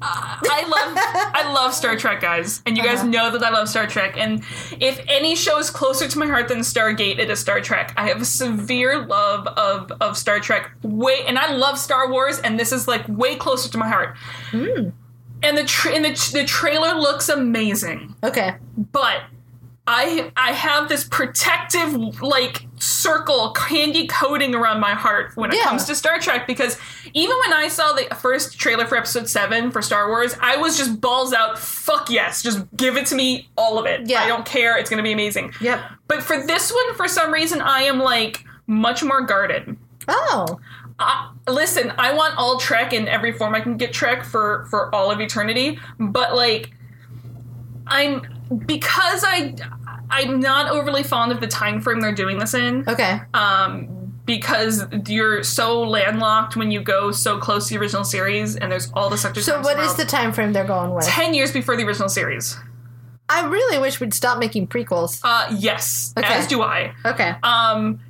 Speaker 2: I love, I love Star Trek, guys, and you
Speaker 3: Uh-huh.
Speaker 2: guys know that I love Star Trek. And if any show is closer to my heart than Stargate, it is Star Trek. I have a severe love of of Star Trek. Way, and I love Star Wars, and this is like way closer to my heart.
Speaker 3: Hmm.
Speaker 2: And the tra- and the, the trailer looks amazing.
Speaker 3: Okay,
Speaker 2: but I I have this protective like circle candy coating around my heart when it
Speaker 3: Yeah.
Speaker 2: comes to Star Trek because even when I saw the first trailer for episode 7 for Star Wars, I was just balls out fuck yes, just give it to me all of it.
Speaker 3: Yeah.
Speaker 2: I don't care, it's going to be amazing.
Speaker 3: Yep.
Speaker 2: But for this one for some reason I am like much more guarded.
Speaker 3: Oh.
Speaker 2: I, listen, I want all Trek in every form I can get Trek for for all of eternity, but like I'm because I I'm not overly fond of the time frame they're doing this in
Speaker 3: Okay.
Speaker 2: um because you're so landlocked when you go so close to the original series and there's all the sector
Speaker 3: so
Speaker 2: times
Speaker 3: what is
Speaker 2: around.
Speaker 3: the time frame they're going with?
Speaker 2: 10 years before the original series.
Speaker 3: I really wish we'd stop making prequels.
Speaker 2: Uh yes,
Speaker 3: Okay.
Speaker 2: as do I.
Speaker 3: Okay.
Speaker 2: Um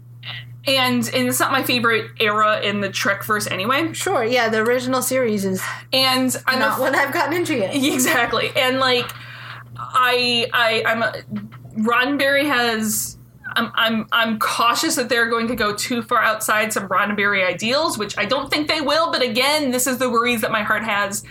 Speaker 2: and, and it's not my favorite era in the Trekverse anyway.
Speaker 3: sure. Yeah, the original series is
Speaker 2: And I'm a-
Speaker 3: not what I've gotten into
Speaker 2: <laughs>
Speaker 3: yet.
Speaker 2: exactly and like i i i'm a, roddenberry has I'm, I'm I'm cautious that they're going to go too far outside some Roddenberry ideals, which I don't think they will. But again, this is the worries that my heart has.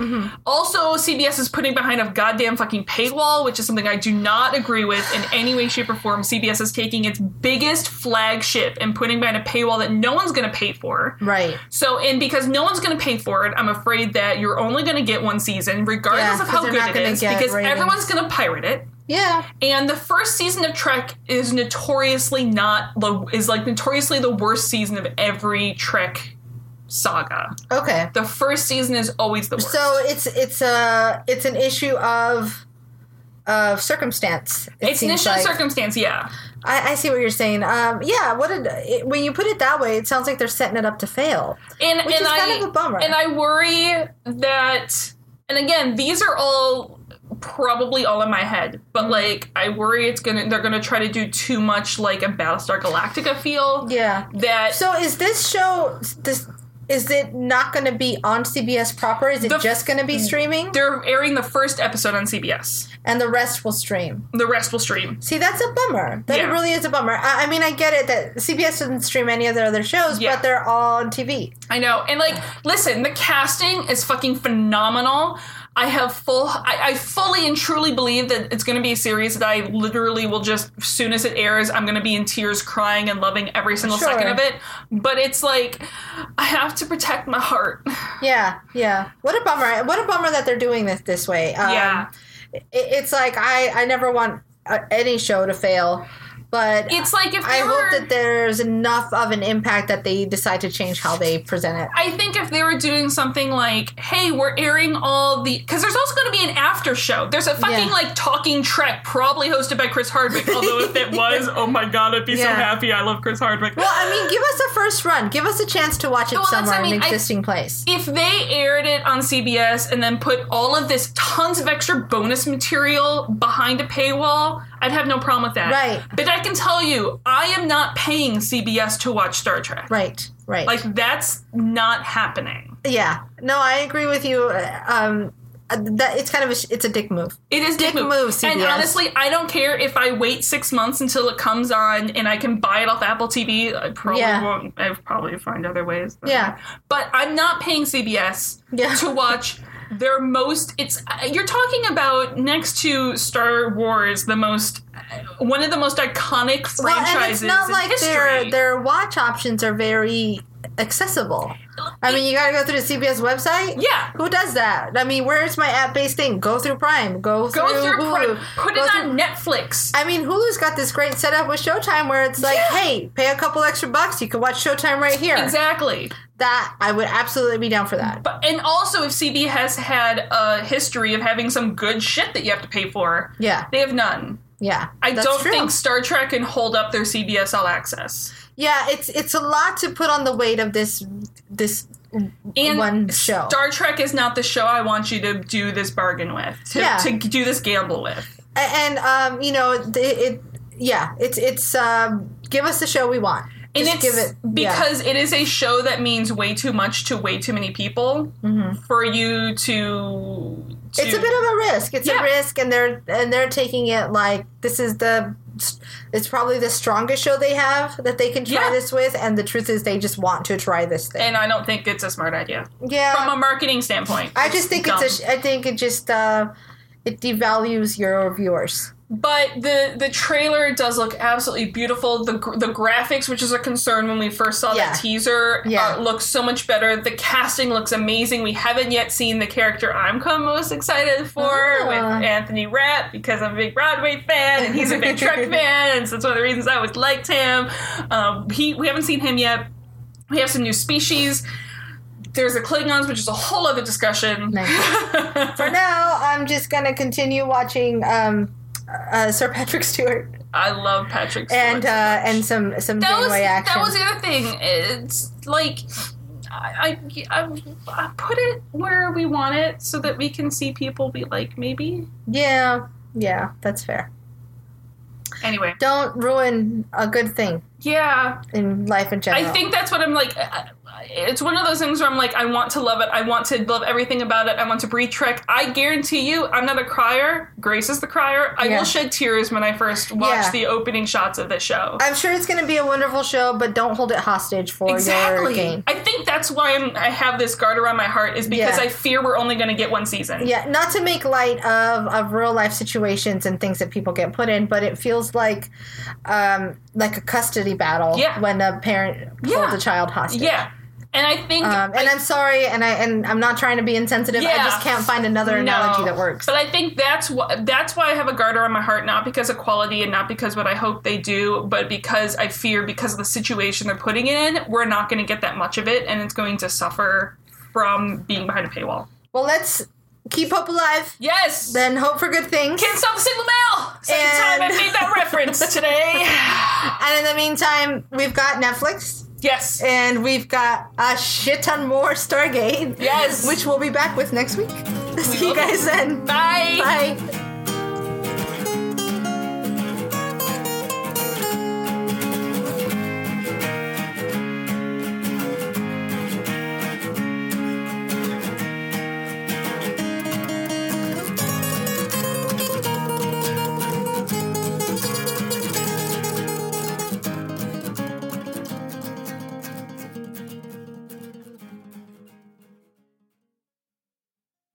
Speaker 2: Also, CBS is putting behind a goddamn fucking paywall, which is something I do not agree with in any way, shape, or form. CBS is taking its biggest flagship and putting behind a paywall that no one's going to pay for.
Speaker 3: Right.
Speaker 2: So, and because no one's going to pay for it, I'm afraid that you're only going to get one season, regardless
Speaker 3: Yeah,
Speaker 2: of
Speaker 3: 'cause
Speaker 2: how
Speaker 3: they're
Speaker 2: good
Speaker 3: not
Speaker 2: it
Speaker 3: gonna
Speaker 2: is,
Speaker 3: get
Speaker 2: because
Speaker 3: ratings.
Speaker 2: everyone's going to pirate it.
Speaker 3: Yeah.
Speaker 2: And the first season of Trek is notoriously not the is like notoriously the worst season of every Trek saga.
Speaker 3: Okay.
Speaker 2: The first season is always the worst.
Speaker 3: So it's it's a it's an issue of of circumstance. it
Speaker 2: it's an
Speaker 3: seems
Speaker 2: issue of
Speaker 3: like.
Speaker 2: circumstance, yeah.
Speaker 3: I, I see what you're saying. Um, yeah, what did, it, when you put it that way, it sounds like they're setting it up to fail.
Speaker 2: and
Speaker 3: Which
Speaker 2: and
Speaker 3: is
Speaker 2: I
Speaker 3: kind of a bummer.
Speaker 2: and I worry that and again these are all probably all in my head
Speaker 3: Mm-hmm.
Speaker 2: but like I worry it's gonna they're gonna try to do too much like a Battlestar Galactica feel
Speaker 3: Yeah.
Speaker 2: that
Speaker 3: So is this show this is it not going to be on CBS proper? Is it
Speaker 2: The f-
Speaker 3: just going to be streaming
Speaker 2: they're airing the first episode on CBS
Speaker 3: and the rest will stream?
Speaker 2: the rest will stream
Speaker 3: See, that's a bummer. That
Speaker 2: Yeah.
Speaker 3: really is a bummer. I, I mean, I get it that CBS doesn't stream any of their other shows,
Speaker 2: Yeah.
Speaker 3: but they're all on TV.
Speaker 2: I know and like listen the casting is fucking phenomenal I have full I, I fully and truly believe that it's gonna be a series that I literally will just as soon as it airs I'm gonna be in tears crying and loving every single
Speaker 3: Sure.
Speaker 2: second of it but it's like I have to protect my heart
Speaker 3: Yeah, yeah. What a bummer! What a bummer that they're doing this this way. Um,
Speaker 2: Yeah.
Speaker 3: it, it's like I I never want uh, any show to fail, but
Speaker 2: it's like if
Speaker 3: I
Speaker 2: they were,
Speaker 3: hope that there's enough of an impact that they decide to change how they present it.
Speaker 2: I think if they were doing something like, "Hey, we're airing all the," because there's also going to be an after show. There's a fucking
Speaker 3: Yeah.
Speaker 2: like talking Trek, probably hosted by Chris Hardwick. Although if it was, oh my god, I'd be so
Speaker 3: Yeah.
Speaker 2: happy. I love Chris Hardwick.
Speaker 3: Well, I mean, give us a first run. Give us a chance to watch it
Speaker 2: Well, that's what
Speaker 3: somewhere
Speaker 2: I
Speaker 3: in
Speaker 2: mean.
Speaker 3: an
Speaker 2: I-
Speaker 3: existing place.
Speaker 2: if they aired it on CBS and then put all of this tons of extra bonus material behind a paywall, I'd have no problem with that.
Speaker 3: Right.
Speaker 2: But I can tell you, I am not paying CBS to watch Star Trek.
Speaker 3: Right, right.
Speaker 2: Like that's not happening.
Speaker 3: yeah. No, I agree with you. uh, Um, uh, that it's kind of a, sh- it's a dick move.
Speaker 2: It is dick,
Speaker 3: Dick move,
Speaker 2: And
Speaker 3: CBS.
Speaker 2: honestly, I don't care if I wait six months until it comes on and I can buy it off Apple TV. I probably
Speaker 3: Yeah.
Speaker 2: won't. I probably find other ways. but-
Speaker 3: Yeah.
Speaker 2: But I'm not paying CBS
Speaker 3: Yeah.
Speaker 2: to watch their most. It's you're talking about next to Star Wars, the most one of the most iconic franchises
Speaker 3: well, and it's not
Speaker 2: in
Speaker 3: like
Speaker 2: history.
Speaker 3: their their watch options are very accessible. I mean, you got to go through the CBS website.
Speaker 2: Yeah.
Speaker 3: Who does that? I mean, where's my app based thing? Go through Prime. Go through,
Speaker 2: Go through,
Speaker 3: Hulu.
Speaker 2: Prime, put
Speaker 3: Go
Speaker 2: it
Speaker 3: through-
Speaker 2: on Netflix.
Speaker 3: I mean, Hulu's got this great setup with Showtime where it's like,
Speaker 2: Yeah.
Speaker 3: hey, pay a couple extra bucks, you can watch Showtime right here.
Speaker 2: Exactly.
Speaker 3: That I would absolutely be down for that.
Speaker 2: But and also, if CB has had a history of having some good shit that you have to pay for,
Speaker 3: Yeah,
Speaker 2: they have none.
Speaker 3: yeah.
Speaker 2: I
Speaker 3: That's
Speaker 2: don't
Speaker 3: true.
Speaker 2: think Star Trek can hold up their CBS All Access.
Speaker 3: Yeah, it's it's a lot to put on the weight of this this
Speaker 2: And
Speaker 3: one show.
Speaker 2: Star Trek is not the show I want you to do this bargain with, to,
Speaker 3: Yeah.
Speaker 2: to do this gamble with.
Speaker 3: A- and um, you know, it, it yeah, it's it's um, give us the show we want.
Speaker 2: And it's
Speaker 3: Just give it yeah.
Speaker 2: because it is a show that means way too much to way too many people for you to, to.
Speaker 3: Mm-hmm. it's a bit of a risk. It's
Speaker 2: Yeah.
Speaker 3: a risk, and they're and they're taking it like this is the it's probably the strongest show they have that they can try
Speaker 2: Yeah.
Speaker 3: this with. And the truth is, they just want to try this thing.
Speaker 2: And I don't think it's a smart idea
Speaker 3: yeah,
Speaker 2: from a marketing standpoint.
Speaker 3: I
Speaker 2: it's
Speaker 3: just think
Speaker 2: dumb.
Speaker 3: it's a. sh- I think it just uh, it devalues your viewers.
Speaker 2: But the the trailer does look absolutely beautiful. The gr- the graphics, which is a concern when we first saw
Speaker 3: Yeah.
Speaker 2: that teaser,
Speaker 3: Yeah.
Speaker 2: uh, looks so much better. The casting looks amazing. We haven't yet seen the character I'm kind of most excited for
Speaker 3: Ah.
Speaker 2: with Anthony Rapp because I'm a big Broadway fan and he's a big
Speaker 3: <laughs>
Speaker 2: Trek fan, and so that's one of the reasons I always liked him. Um, he we haven't seen him yet. We have some new species. There's the Klingons, which is a whole other discussion. <laughs>
Speaker 3: For now, I'm just gonna continue watching um, uh, Sir Patrick Stewart
Speaker 2: I love Patrick Stewart.
Speaker 3: and uh, and some some
Speaker 2: that was
Speaker 3: Janeway action.
Speaker 2: that was the other thing. It's like I, I I I put it where we want it so that we can see people be like maybe
Speaker 3: yeah, yeah, that's fair.
Speaker 2: anyway.
Speaker 3: Don't ruin a good thing
Speaker 2: Yeah,
Speaker 3: in life in general.
Speaker 2: I think that's what I'm like. I- I- It's one of those things where I'm like, I want to love it. I want to love everything about it. I want to breathe Trek. I guarantee you, I'm not a crier. Grace is the crier. I
Speaker 3: Yeah.
Speaker 2: will shed tears when I first watch
Speaker 3: Yeah.
Speaker 2: the opening shots of this show.
Speaker 3: I'm sure it's going to be a wonderful show, but don't hold it hostage for your gain.
Speaker 2: I think that's why I'm, I have this guard around my heart is because
Speaker 3: Yeah.
Speaker 2: I fear we're only going to get one season.
Speaker 3: Yeah, not to make light of, of real life situations and things that people get put in, but it feels like um, like a custody battle
Speaker 2: Yeah.
Speaker 3: when a parent holds
Speaker 2: Yeah.
Speaker 3: a child hostage.
Speaker 2: Yeah. And I think
Speaker 3: Um, and
Speaker 2: I-
Speaker 3: I'm sorry, and I and I'm not trying to be insensitive. I
Speaker 2: Yeah.
Speaker 3: just can't find another analogy
Speaker 2: no.
Speaker 3: that works.
Speaker 2: But I think that's wh- that's why I have a guard around my heart, not because of quality and not because what I hope they do, but because I fear because of the situation they're putting it in, we're not going to get that much of it, and it's going to suffer from being behind a paywall.
Speaker 3: well, let's keep hope alive,
Speaker 2: Yes.
Speaker 3: then hope for good things.
Speaker 2: Can't stop the single mail. Second time I
Speaker 3: And-
Speaker 2: made that reference today.
Speaker 3: <laughs> And in the meantime, we've got Netflix.
Speaker 2: Yes.
Speaker 3: And we've got a shit ton more Stargate.
Speaker 2: Yes.
Speaker 3: Which we'll be back with next week. See
Speaker 2: will
Speaker 3: you
Speaker 2: be.
Speaker 3: guys then.
Speaker 2: Bye.
Speaker 3: Bye.